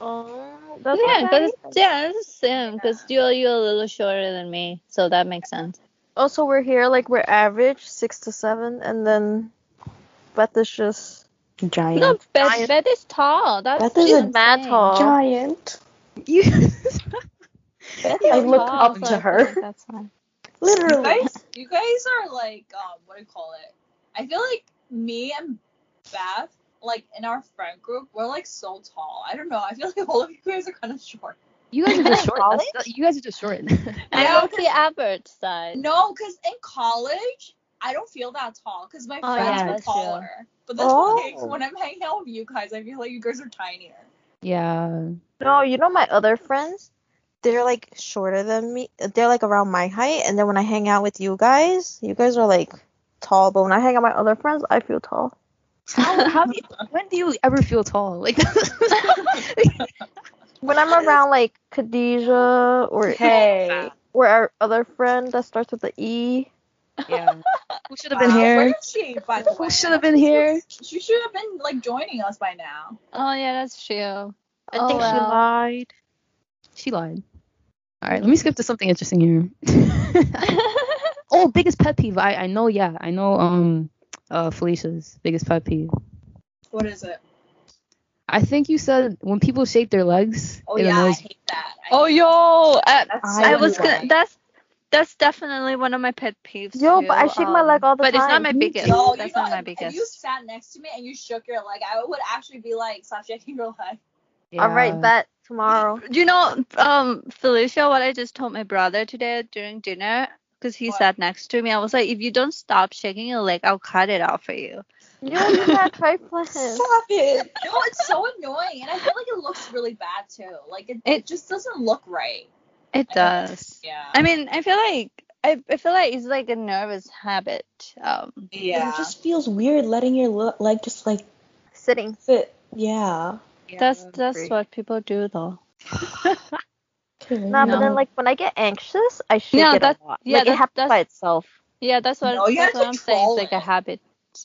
Oh, that's yeah, okay. because yeah, it's same. Because you're you're a little shorter than me, so that makes sense. Also, Oh, we're here like we're average six to seven, and then Beth is just Giant. No, I- Beth, Beth is tall. That's Beth is a just mad insane. tall. Giant. You- Beth I is look tall, up so to I feel her. like That's fine. You Literally. guys, you guys are like, um, what do you call it? I feel like me and Beth, like in our friend group, we're like so tall. I don't know. I feel like all of you guys are kind of short. you guys are just short. College? That's- you guys are just short. Yeah, I'm of 'cause- the average side. No, because in college, I don't feel that tall because my Oh, friends yeah, are that's true. taller. But that's Oh. like when I'm hanging out with you guys, I feel like you guys are tinier. yeah. No, you know my other friends, they're like shorter than me. They're like around my height, and then when I hang out with you guys, you guys are like tall. But when I hang out with my other friends, I feel tall. How, how do you, when do you ever feel tall? Like When I'm around like Khadija or Hey. or our other friend that starts with the E, yeah. Who should have Wow, been Where here? Uh, is she, by the way? Who should have been here? She should have been like joining us by now. Oh yeah, that's true. I Oh, think she well. lied. She lied. All right, let me skip to something interesting here. oh, biggest pet peeve. I, I know. Yeah, I know. Um, uh, Felicia's biggest pet peeve. What is it? I think you said when people shake their legs. Oh it yeah, I annoys hate that. I oh hate yo, I, that. That's I I so was gonna, annoying. that's that's definitely one of my pet peeves. Yo, but I too, um, shake my leg all the But it's not time. my Me biggest. Yo, you that's know, not my if- biggest. If you sat next to me and you shook your leg, I would actually be like, stop shaking your leg. Yeah. All right, bet tomorrow. you know, um, Felicia, what I just told my brother today during dinner, because he What? sat next to me, I was like, if you don't stop shaking your leg, I'll cut it off for you. Yo, you got triplet. Stop it. No, it's so annoying, and I feel like it looks really bad too. Like it, it It- just doesn't look right. It I know. does. Yeah. I mean, I feel like I, I feel like it's like a nervous habit. Um, yeah. It just feels weird letting your le- leg just like Sitting. sit. Yeah. Yeah, that's I that's agree. what people do though. Nah, but No. then like when I get anxious, I shake Yeah, it that's- a lot. yeah, like it that's- happens that's- by itself. Yeah, that's what, No, you that's gotta what I'm saying. control It's like a it. habit.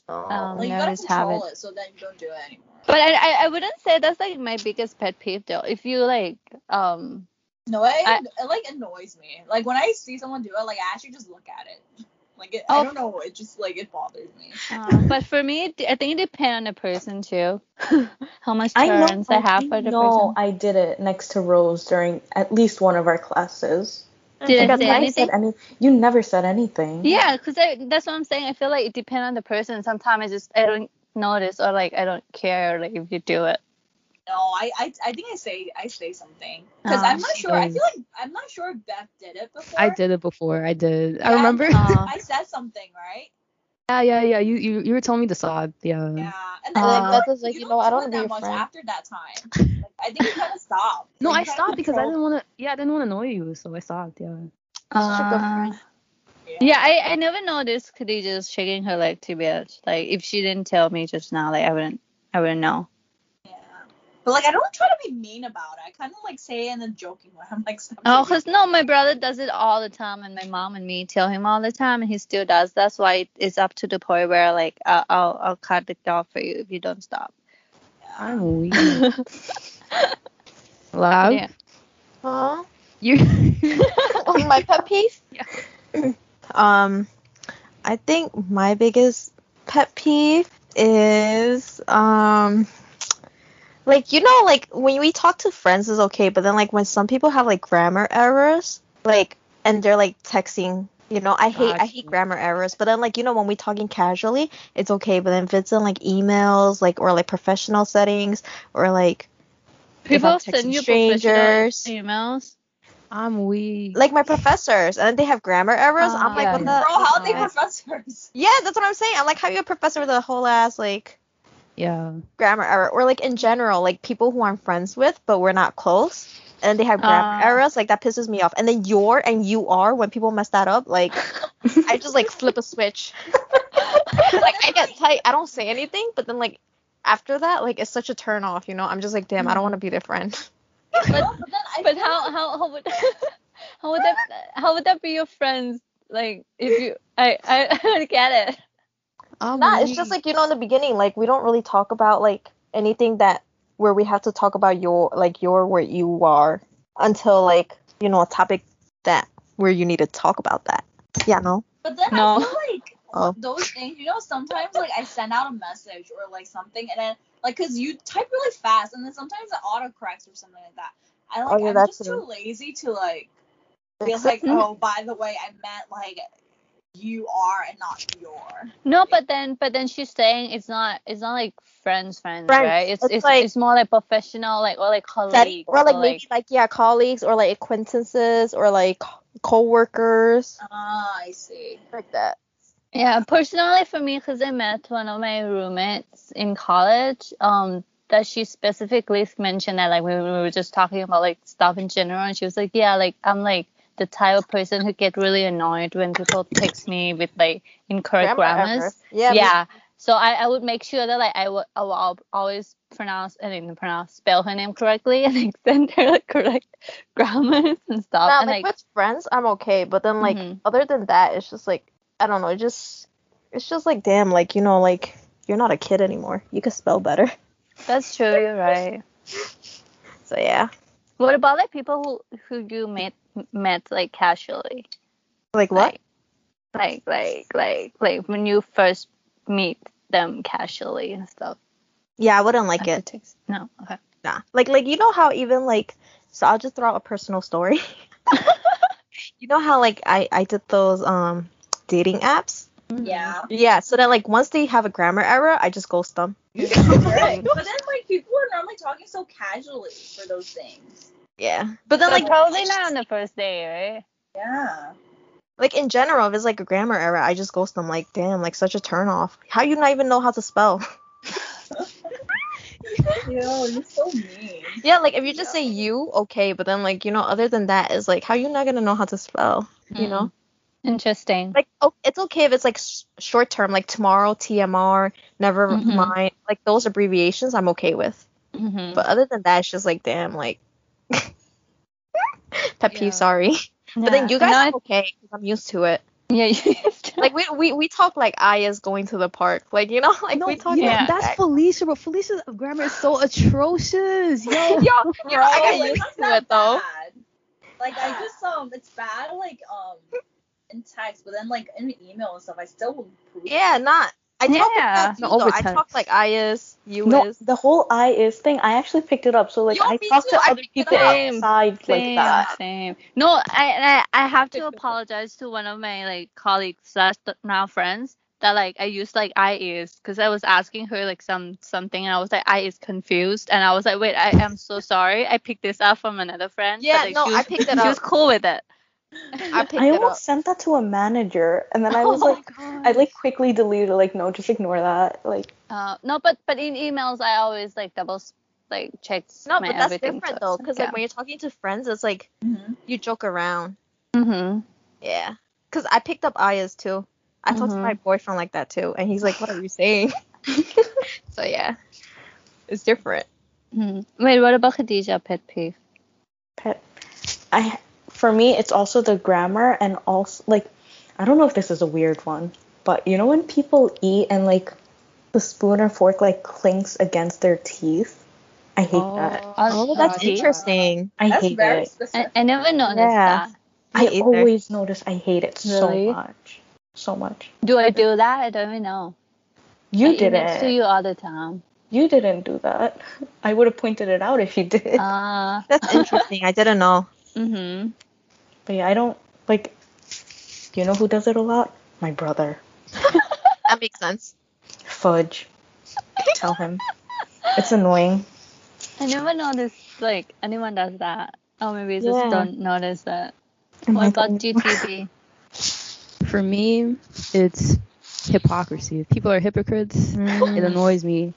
Um, Like you gotta nervous control habit. it so then you don't do it anymore. But I, I I wouldn't say that's like my biggest pet peeve though. If you like um No, it, I- it like annoys me. Like when I see someone do it, like I actually just look at it. Like it, I Oh. don't know, it just like it bothers me. Uh, but for me, it- I think it depends on the person too. How much I know. tolerance I, have for the no, person. I did it next to Rose during at least one of our classes. Didn't Because say I anything. said any. You never said anything. Yeah, because that's what I'm saying. I feel like it depends on the person. Sometimes I just I don't notice or like I don't care like if you do it. No, I, I I think I say I say something because Oh, I'm not she sure. I does. feel like I'm not sure if Beth did it before. I did it before. I did. I Yeah, remember. Uh, I said something, right? yeah, yeah, yeah. You, you, you were telling me to sob. Yeah. Yeah. And Uh, I Beth was like, you know, I do it don't wanna be that your much friend. after that time. Like, I think you kind of stopped. No, You I kinda stopped because I controlled- didn't want to. Yeah, I didn't want to annoy you, so I stopped. Yeah. uh, yeah, I, I never noticed Khadija shaking her leg too much. Like if she didn't tell me just now, like I wouldn't I wouldn't know. Yeah. But like I don't try to be mean about it. I kind of like say it in a joking way. I'm like, stop. Oh, joking. cause no, my brother does it all the time, and my mom and me tell him all the time, and he still does. That's why it's up to the point where like I'll I'll, I'll cut it off for you if you don't stop. Yeah. I'm weird. Loud. Yeah. Huh? You. oh, my pet peeve? Yeah. um, I think my biggest pet peeve is um, like you know, like when we talk to friends is okay, but then like when some people have like grammar errors, like and they're like texting. You know, I hate I hate Gotcha. grammar errors, but then like you know when we talking casually, it's okay. But then if it's in like emails, like or like professional settings, or like People I'm texting send you strangers. professional emails. I'm weak. like my professors, and then they have grammar errors. I'm like, Ah, what yeah. the? Bro, how are they Uh, professors? Yeah, that's what I'm saying. I'm like, how you a professor with a whole ass like yeah. grammar error, or like in general, like people who I'm friends with but we're not close. and then they have grammar Ah. errors. Like that pisses me off. And then your and you are when people mess that up, like I just like flip a switch. like I get tight. I don't say anything, but then like after that, like it's such a turn off. You know, I'm just like, damn, I don't want to be their friend. But No, but then I but feel how how how would how would that how would that be your friends? Like if you I I, I don't get it. I'm Nah, it's just weak. like you know in the beginning, like we don't really talk about like anything that where we have to talk about your like your where you are until like you know a topic that where you need to talk about that. Yeah, no. But then No. I feel like Oh. those things, you know, sometimes like I send out a message or like something, and then like because you type really fast, and then sometimes it autocorrects or something like that. I like yeah, I'm that's just true. too lazy to like feel Fix like Mhm. oh by the way I meant like you are and not your. No, but then but then she's saying it's not it's not like friends friends, Friends. right? It's It's it's, like- it's more like professional like or like That, colleague or like maybe like yeah, colleagues or like acquaintances or like coworkers Ah, I see. like that. Yeah, personally for me, because I met one of my roommates in college, um, that she specifically mentioned that like when we were just talking about like stuff in general, and she was like, yeah, like I'm like the type of person who get really annoyed when people text me with like incorrect grammars. error. Yeah. me- yeah. So I, I would make sure that like I would I will al- always pronounce and then pronounce spell her name correctly and like send her like correct grammars and stuff. Nah, and like, Mm-hmm. with friends, I'm okay, but then like Mhm. other than that, it's just like I don't know, it just it's just like damn, like you know, like you're not a kid anymore. You can spell better. that's true, you're right. So yeah, What about like people who who you met met like casually? like what? Like like like like when you first meet them casually and stuff. Yeah, I wouldn't like After it. text. No. Okay. Nah, like like you know how even like so I'll just throw out a personal story. you know how like I I did those um dating apps. Yeah. Yeah, so then like once they have a grammar error, I just ghost them. Right. But then like people are normally talking so casually for those things. Yeah, but then But like like probably not on the first day, right? Yeah. like in general, if it's like a grammar error, I just ghost them. Like, damn, like such a turn off. How you not even know how to spell? Yo, you're so mean. yeah, like if you just say you, okay, but then like you know, other than that is like how you not gonna know how to spell? You know, Mm-hmm. Interesting. like oh, it's okay if it's like s short term, like tomorrow, TMR, never Mhm. mind. Like those abbreviations, I'm okay with. Mhm. But other than that, it's just like damn, like pet peeve, Yeah. sorry. But then Yeah. you guys, No, are I- okay, 'cause I'm used to it. yeah, you Like we we we talk like I is going to the park, like you know, like No, we talk. yo, yeah. like that's that. Felicia, but Felicia's grammar is so atrocious. Yo, yo, I Bro, got like, used that's to not it, though. bad. Like I just um, it's bad like um in text, but then like in email and stuff, I still will improve. Yeah, not. I talk Yeah. yeah. No, though. I overtime. talk like I is, you No, is. the whole I is thing, I actually picked it up. So like Yo, I me talk too, to I other picked it people up. Same, outside like that. Same. No, I, I I have to apologize to one of my like colleagues slash th- now friends that like I used like I is because I was asking her like some something and I was like I is confused and I was like wait I am so sorry I picked this up from another friend. but, Yeah, like, no, she I was- picked it She up. was cool with it. I picked I it up. almost sent that to a manager, and Oh then I was like, I like quickly deleted. it, Like no, just ignore that. Like Uh, no, but but in emails I always like double s- like check No, my but that's everything different first. though, because Yeah. like when you're talking to friends, it's like Mhm. you joke around. Mhm. Yeah. Because I picked up I is too. I talked to Mhm. my boyfriend like that too, and he's like, "What are you saying?" so yeah, it's different. Mhm. Wait, what about Khadija pet peeve? pet. I for me, it's also the grammar and also like I don't know if this is a weird one, but you know when people eat and like the spoon or fork like clinks against their teeth. I hate that. Oh, that's Uh, teeth? interesting. I That's hate very it. I, specific. I never noticed Yeah. that. Me I either. always notice I hate it Really? so much. So much. Do I do that? I don't even know. You I eat next to didn't. You. you all the time. didn't do that. I would have pointed it out if you did. Uh, That's interesting. I didn't know. mm-hmm. but yeah, I don't like. You know who does it a lot? My brother. That makes sense. Fudge. Tell him. It's annoying. I never noticed like anyone does that. Or maybe I just Yeah. don't notice Oh, it. Oh Am I What about the- GTB? For me, it's Mm. hypocrisy. If people are hypocrites, it annoys me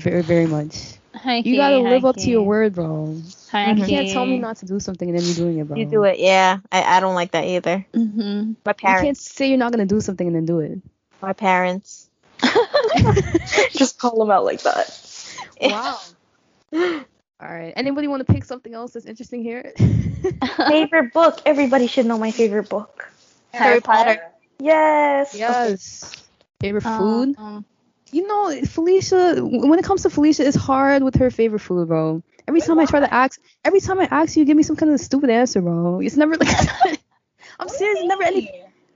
very, very much. Hikey, You gotta live up to your word, bro. Hikey. You can't tell me not to do something and then you're doing it, bro. You do it. Yeah, I, I don't like that either. Mm-hmm. My You can't parents. say you're not gonna do something and then do it. My parents. Just call them out like that. Wow. All right. Anybody want to pick something else that's interesting here? favorite book. Everybody should know my favorite book. Harry Potter. Yes. yes. Favorite food? Um, You know, Felicia. When it comes to Felicia, it's hard with her favorite food, bro. Every time I try to ask, every time I ask you, you give me some kind of stupid answer, bro. It's never like. I'm serious. It's never any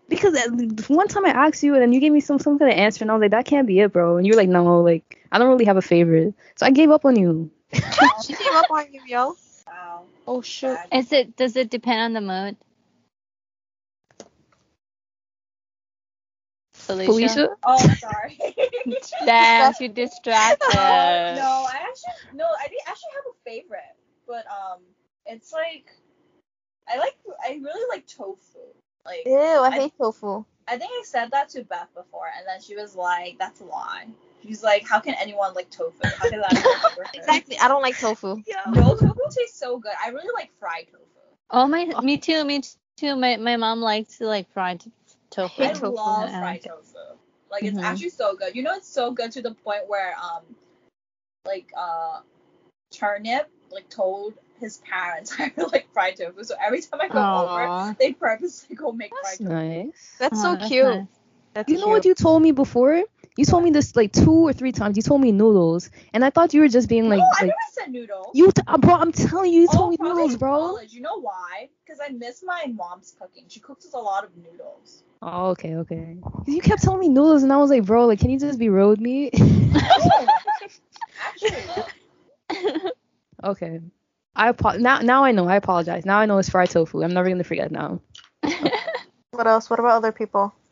because at- one time I asked you and then you gave me some some kind of answer and I was like, that can't be it, bro. And you were like, no, like I don't really have a favorite, so I gave up on you. she came up on you, yo. Wow. Oh shoot. is it? Does it depend on the mood? Felicia. Felicia. Oh, sorry. Damn, she distracted. no, I actually no, I didn't actually have a favorite, but um, it's like I like I really like tofu. Like Ew, I I- hate tofu. I think I said that to Beth before, and then she was like, "That's a lie." She's like, "How can anyone like tofu? How can that?" be a favorite?" Exactly. I don't like tofu. No, tofu tastes so good. I really like fried tofu. Oh my, me too, me too. My my mom likes to like fried tofu. I, Hate tofu, love I fried like it. tofu. Like it's Mhm. actually so good. You know, it's so good to the point where um, like uh, turnip like told his parents I really like fried tofu. So every time I go over, Aw. they purposely go make fried That's tofu. nice. That's Aw, so that's cute. nice. That's You know what cute. you told me before? You told me this like two or three times. You told me noodles, and I thought you were just being like, no, I like never said noodles. you, t- uh, bro. I'm telling you, you Oh, told me probably noodles, in bro. college. You know why? Because I miss my mom's cooking. She cooks us a lot of noodles. Oh, okay, okay. 'Cause You kept telling me noodles, and I was like, bro, like, can you just be real with me? Actually, no. okay. I apo- now now I know. I apologize. Now I know it's fried tofu. I'm never gonna forget now. What else? What about other people?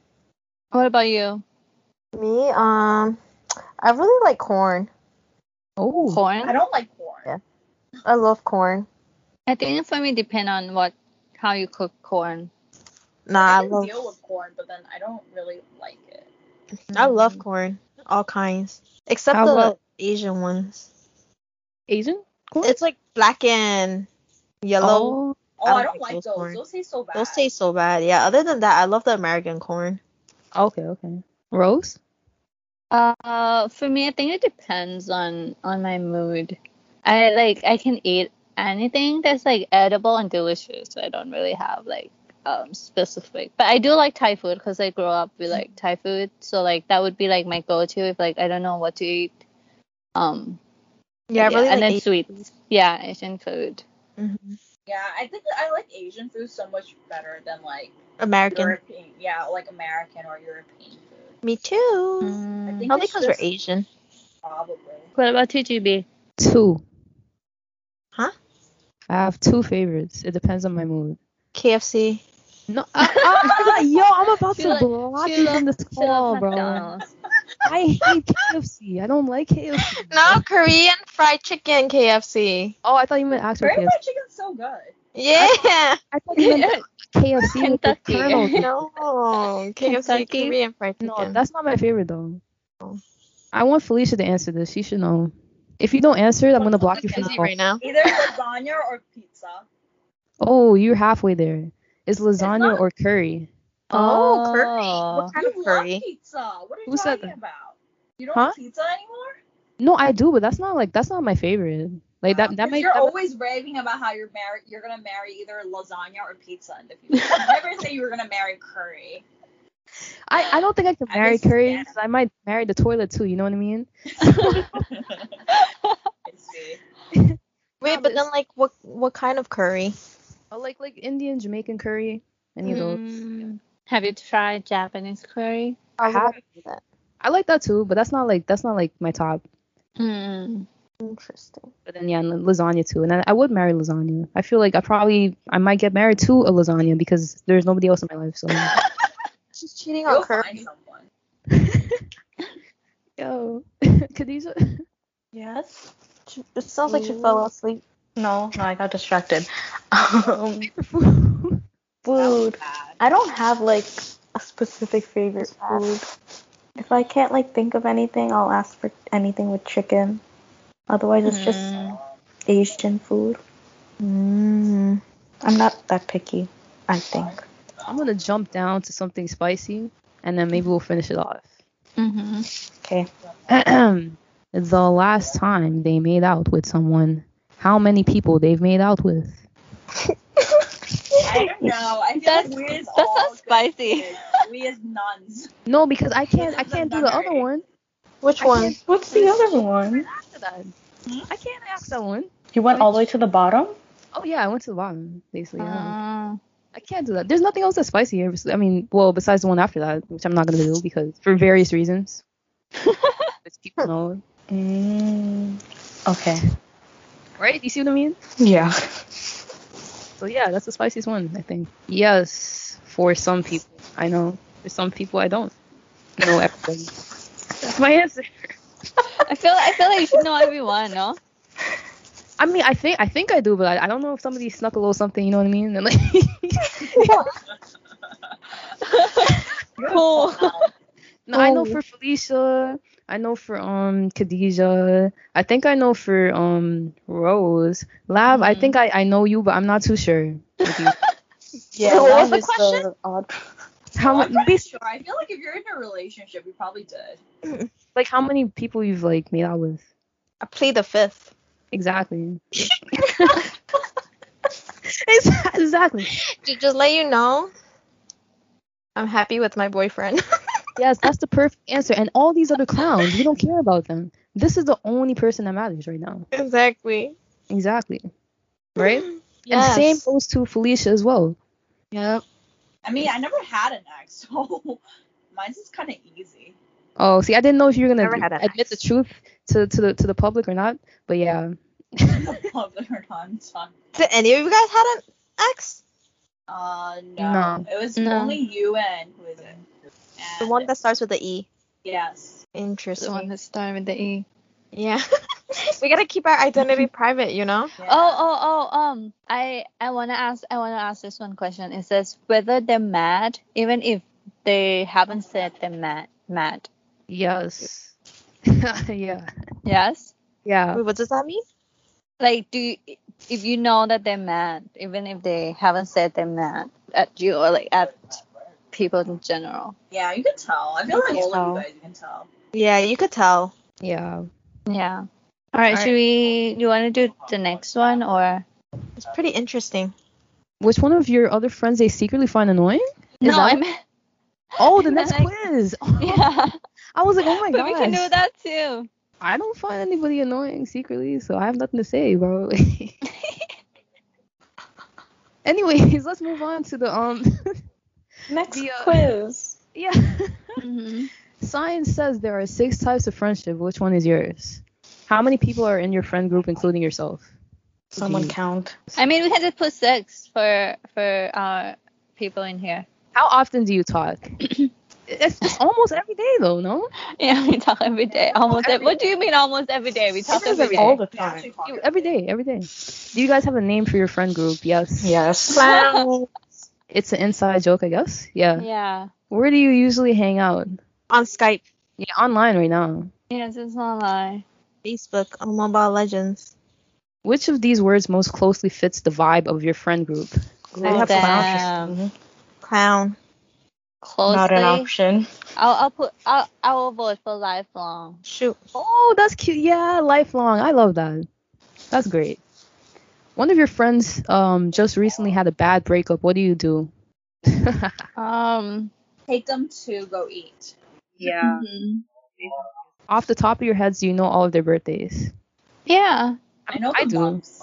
What about you? Me, um, I really like corn. Oh, I Corn. don't like corn. Yeah. I love corn. I think for me depend on what how you cook corn. Nah, I I can love, deal with corn, but then I don't really like it. I love corn, all kinds, except How the about- Asian ones. Asian corn. It's like black and yellow. Oh, Oh, I don't, like those. corn. Those taste so bad. Those taste so bad. Yeah. Other than that, I love the American corn. Oh, okay, okay. Rose. Uh, for me, I think it depends on on my mood. I like I can eat anything that's like edible and delicious. I don't really have like um specific, but I do like Thai food because I grew up with like Thai food. So like that would be like my go-to if like I don't know what to eat. Um, Yeah, I really and like then sweets. Yeah, Asian food. hmm Yeah, I think that I like Asian food so much better than like American. European. Yeah, like American or European food. Me I too. Mm. think Probably it's because we're just- Asian. Probably. What about you, GB? Two. Huh? I have two favorites. It depends on my mood. KFC. No, uh, uh, yo, I'm about She to like- block she you from this loves- She loves call, bro. McDonald's. I hate KFC. I don't like KFC. No, Korean fried chicken KFC. Oh, I thought you meant actual KFC. Korean fried chicken's so good. Yeah. I thought you meant KFC with the Kentucky. kernel. No. KFC Kentucky? Korean fried chicken. No, that's not my favorite though. Oh. I want Felicia to answer this. She should know. If you don't answer it, I'm gonna block you from the busy call. right now. Either lasagna or pizza. Oh, you're halfway there. It's lasagna not- or curry. Oh, curry. Oh. What kind you of love curry? pizza. What are you Who said talking that? about? You don't Huh? like pizza anymore? No, I do, but that's not like that's not my favorite. Like that that Because might. Uh, you're that might- always raving about how you're married. You're gonna marry either lasagna or pizza in the future. You never say you were gonna marry curry. I I don't think I could I marry understand. curry. 'cause I might marry the toilet too. You know what I mean? I see. Wait, but then like what what kind of curry? Oh, like like Indian, Jamaican curry, any of those. Mm. Have you tried Japanese curry? I have- that. I like that too, but that's not like that's not like my top. Mm. Interesting. But then yeah, and lasagna too. And I, I would marry lasagna. I feel like I probably I might get married to a lasagna because there's nobody else in my life. So She's cheating on You'll curry. find someone. yo, Khadija. Yes. It sounds like she fell asleep. No, no, I got distracted. Um, That was food. bad. I don't have like a specific favorite food. If I can't like think of anything, I'll ask for anything with chicken. Otherwise, it's just Asian food. Mm-hmm. Mm. I'm not that picky, I think. I'm gonna jump down to something spicy, and then maybe we'll finish it off. Mm-hmm. Okay. the last time they made out with someone, how many people they've made out with? I don't know. I feel That's- like we is That's all not good spicy. kids. We is nuns. No, because I can't. I This is can't a do the number. other one. Which I one? can't What's the other one? After that, I can't ask that one. You went all the way to the bottom? Oh yeah, I went to the bottom basically. yeah. Mm. I can't do that. There's nothing else that's spicy here. I mean, well, besides the one after that, which I'm not gonna do because for various reasons. Because people know, Mm, okay. right? You see what I mean? Yeah. So yeah, that's the spiciest one, I think. Yes, for some people, I know. For some people, I don't know everybody. that's my answer. I feel I feel like you should know everyone, no? I mean, I think I think I do, but I, I don't know if somebody snuck a little something. You know what I mean? And like, Cool. no, I know for Felicia. I know for um Khadija. I think I know for um Rose. Lab. I Mhm. think I I know you, but I'm not too sure. If you- Yeah. So what was mine the is question? odd- how Well, I'm many not sure. I feel like if you're in a relationship, you probably did. like how many people you've like made out with? I plead the fifth. Exactly. Ex- exactly. To just let you know, I'm happy with my boyfriend. Yes, that's the perfect answer. And all these other clowns, we don't care about them. This is the only person that matters right now. exactly. Exactly. Right? Yes. And same goes to Felicia as well. Yep. I mean, I never had an ex, so mine's is kind of easy. Oh, see, I didn't know if you were gonna Never had an admit the truth to, to the to the public or not. But yeah, Public or non Did any of you guys had an ex? Uh, no. No. It was No. only you and who is it? The And- one that starts with the E. Yes. The Interesting. one that started with the E. yeah. we gotta keep our identity private, you know. Yeah. Oh, oh, oh, um, I, I wanna ask, I wanna ask this one question. It says whether they're mad, even if they haven't said they're mad, mad. yes, yeah, Yes. yeah. Wait, what does that mean? Like, do you, if you know that they're mad, even if they haven't said they're mad at you or like at people in general. Yeah, you can tell. I feel can like all tell. of you guys can tell. Yeah, you could tell. Yeah. Yeah. All right. All should we? You want to do the next one or? It's pretty interesting. Which one of your other friends they secretly find annoying? Is no, that- I meant. Oh, the And next then quiz. Oh, Yeah. I was like, oh my but we can gosh. do that too. I don't find anybody annoying secretly, so I have nothing to say, bro. Anyways, let's move on to the um Next The, uh, quiz. yeah. Mm-hmm. Science says there are six types of friendship. Which one is yours? How many people are in your friend group including yourself? Someone Jeez. count. I mean, we can just put six for for our people in here. How often do you talk? it's, it's almost every day though, no? Yeah, we talk every day. Almost. every ev- what do you mean almost every day? We talk Sometimes every all day. the Yeah, time. actually talk You- every day, every day. Do you guys have a name for your friend group? Yes. Yes. It's an inside joke, I guess. Yeah. Yeah. Where do you usually hang out? On Skype, Yeah, online right now. Yes, it's not a lie. Facebook, on Mobile Legends. Which of these words most closely fits the vibe of your friend group? Glue. have damn. Clown. Closely. Mm-hmm. Not an option. I'll I'll put I'll I will vote for lifelong. Shoot. Oh, that's cute. Yeah, lifelong. I love that. That's great. One of your friends um just recently had a bad breakup. What do you do? Um. Take them to go eat. Yeah. mhm. Off the top of your heads, do you know all of their birthdays? Yeah. I know I the do. months.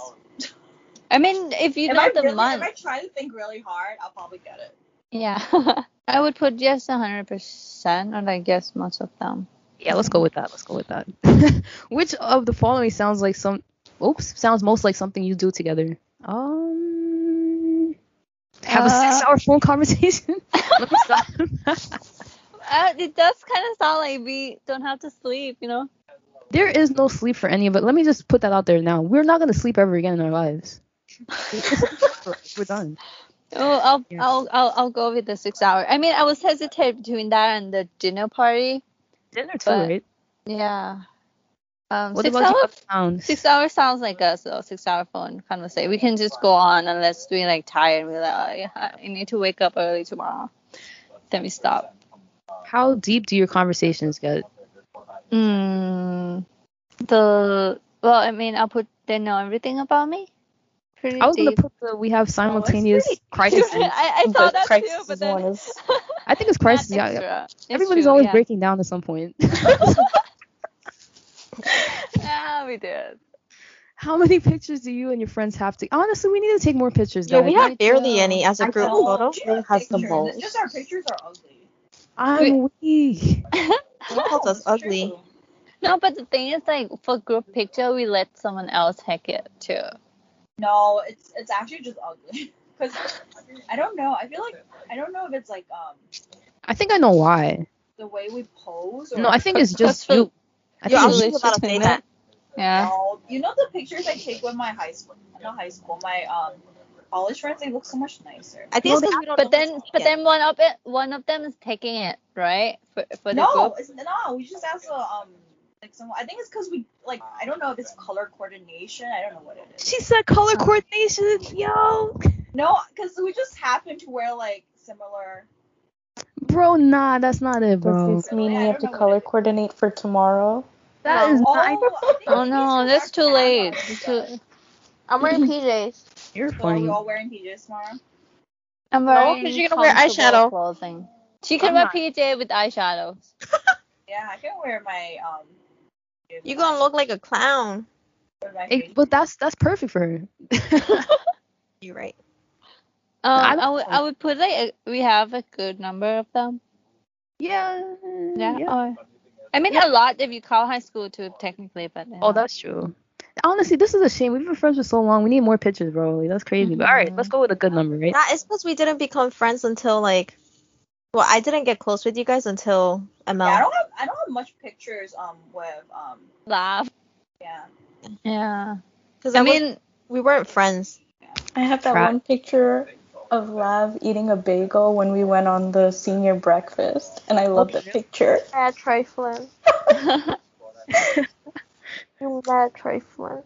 I mean, if you if know I the really, month. If I try to think really hard, I'll probably get it. Yeah. I would put yes 100% or like yes most of them. Yeah, let's go with that. Let's go with that. Which of the following sounds like some oops, sounds most like something you do together? Um have a Uh. six hour phone conversation? Let me stop. Uh, it does kind of sound like we don't have to sleep, you know? There is no sleep for any of it. Let me just put that out there now. We're not gonna sleep ever again in our lives. We're done. Oh, I'll, Yeah. I'll, I'll, I'll go with the six hour. I mean, I was hesitant between that and the dinner party. Dinner too, But- right? Yeah. Um, What six about hour you uptowns? Six hours sounds like us though. Six hour phone conversation. We can just go on unless we like tired. and We're like, oh, yeah, I need to wake up early tomorrow. Then we stop. How deep do your conversations get? Mm, the well, I mean, I'll put they know everything about me. Pretty I was gonna deep. put the we have simultaneous crises. I, I thought that too, Crisis but is then one is I think it's crisis. Not Yeah, extra. yeah. It's everybody's true, always yeah. breaking down at some point. Yeah, we did. How many pictures do you and your friends have to? Honestly, we need to take more pictures, Yeah, guys. we have barely know. any as a I group know. photo. She Who has the pictures. It's most? just our pictures are ugly. I'm weak. Who calls us It's ugly? true. No, but the thing is, like, for group picture, we let someone else hack it too. No, it's it's actually just ugly. Cause I don't know. I feel like I don't know if it's like um I think I know why. the way we pose. Or No, I think it's just Because you. for- I Yo, I think it's was Really? you. just about to say that. Yeah. No, you know the pictures I take with my high school, not high school, my um college friends. They look so much nicer. I think it's because we don't know But what's then, on but it. then one of it, one of them is taking it, right? For, for the No, group. it's no. We just asked the um like someone. I think it's because we like I don't know if it's color coordination. I don't know what it is. She said color coordination, yo. No, because we just happened to wear like similar. Bro, nah, that's not it, bro. Does this mean Really? I we have don't know to what color it is. coordinate for tomorrow? That is Oh, not. I- I think Oh these no, are that's too cameras. late. It's too- I'm wearing PJs. You're So are we funny. all wearing PJs tomorrow? I'm No, wearing 'cause you're gonna wear comfortable eyeshadow. clothing. She I'm can wear not. PJ with eyeshadow. Yeah, I can wear my um. You're gonna look like a clown. with my It- face. but that's that's perfect for her. You're right. I Um, don't I would, know. I would put like a, we have a good number of them. yeah. Yeah. Or, I mean a lot if you call high school too technically, but yeah. Oh, that's true. Honestly, this is a shame. We've been friends for so long. We need more pictures, bro. Like, that's crazy. But all right, let's Mm-hmm. go with a good number, right? That is because we didn't become friends until like, well, I didn't get close with you guys until ML. Yeah, I don't have I don't have much pictures um with um laugh. yeah. Yeah. 'Cause I was- mean, we weren't friends. I have that Crap. one picture of Lav eating a bagel when we went on the senior breakfast, and I love that picture. Mad trifling. You mad trifling.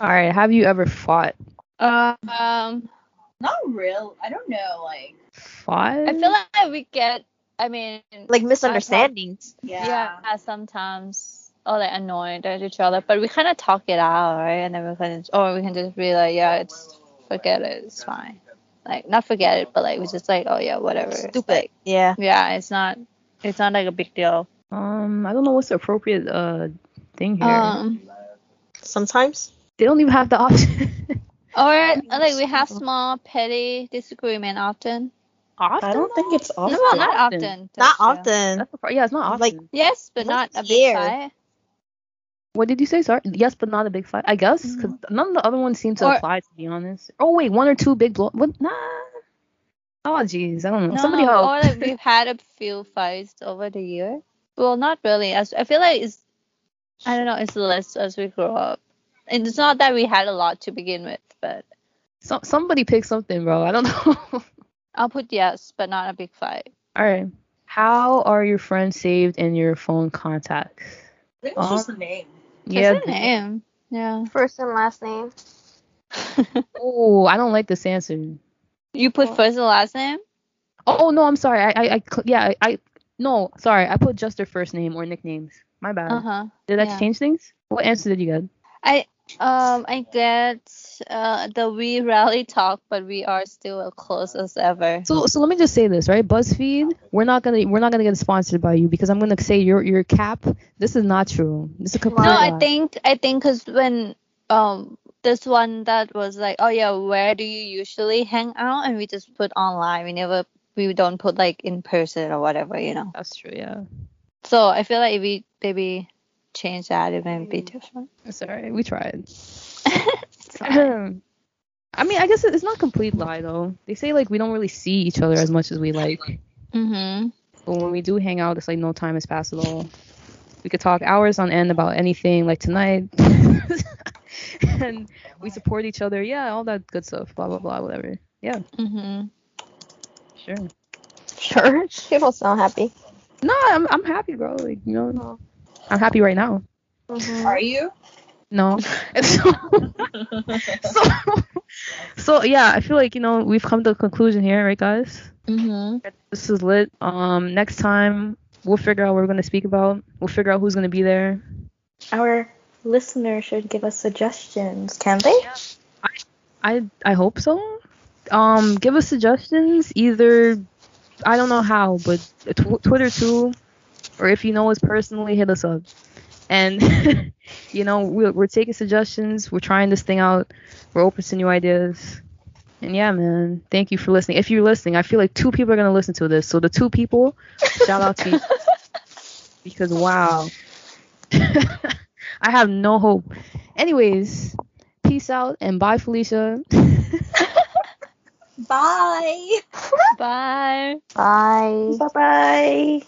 All right. Have you ever fought? um, Not real. I don't know. Like, Fought? I feel like we get. I mean, Like misunderstandings. yeah. yeah, sometimes or like annoyed at each other, but we kind of talk it out, right? And then we can, or we can just be like, yeah, it's forget it, it's fine. Like not forget it, but like we just like, oh yeah, whatever. It's Stupid. like- Yeah. yeah, it's not, it's not like a big deal. um, I don't know what's the appropriate uh thing here. Um, Sometimes. they don't even have the option. or like we have small petty disagreement often. often. I don't think it's No, often. well, not Often. often. Not that's true. often. That's the part. Yeah, it's not often. Like- Yes, but not Once a a big year. fight. what did you say? Sorry. Yes, but not a big fight. I guess because none of the other ones seem to Mm-hmm. Or- apply. To be honest. Oh wait, one or two big blow. What? Nah. Oh jeez, I don't know. No, Somebody no, help. or like we've had a few fights over the year. Well, not really. As I feel like it's, I don't know, it's less as we grow up. And it's not that we had a lot to begin with, but So, somebody pick something, bro. I don't know. I'll put yes, but not a big fight. All right. How are your friends saved in your phone contacts? I think it's Uh-huh. just the name. Yeah, a name. Yeah. First and last name. Oh, I don't like this answer. you put first and last name. Oh no, I'm sorry. I, I, I cl- yeah, I, I, no, sorry. I put just their first name or nicknames. My bad. Uh huh. Did that yeah. change things? What answer did you get? I um I get uh the we rarely talk, but we are still as close as ever. So, so let me just say this, right? BuzzFeed, we're not gonna, we're not gonna get sponsored by you because I'm gonna say your, your cap. This is not true. This is a complete No, lie. I think I think because when um this one that was like, oh yeah, where do you usually hang out? And we just put online. We never we don't put like in person or whatever, you know. that's true. Yeah. So I feel like if we maybe change that, it might be different. Sorry, we tried. Sorry. Um, I mean, I guess it- it's not a complete lie though. They say like we don't really see each other as much as we like, mhm. but when we do hang out, it's like no time has passed at all. We could talk hours on end about anything, like tonight, and we support each other. Yeah, all that good stuff. Blah blah blah, whatever. Yeah, Mm-hmm. Mhm. sure. Sure. She was not happy. No, I'm I'm happy, bro. Like you know, I'm happy right now. Mm-hmm. Are you? No. And so, so, so yeah, I feel like you know we've come to a conclusion here, right, guys? Mm-hmm. This is lit. Um, next time we'll figure out what we're gonna speak about. We'll figure out who's gonna be there. Our listeners should give us suggestions. Can they? I I hope so. Um, give us suggestions either. I don't know how, but tw- Twitter too, or if you know us personally, hit us up. And you know we're, we're taking suggestions. We're trying this thing out. We're open to new ideas. And yeah, man, thank you for listening. If you're listening, I feel like two people are gonna listen to this. So the two people, shout out to you because wow, I have no hope. Anyways, peace out and bye, Felicia. Bye. Bye. Bye. Bye bye.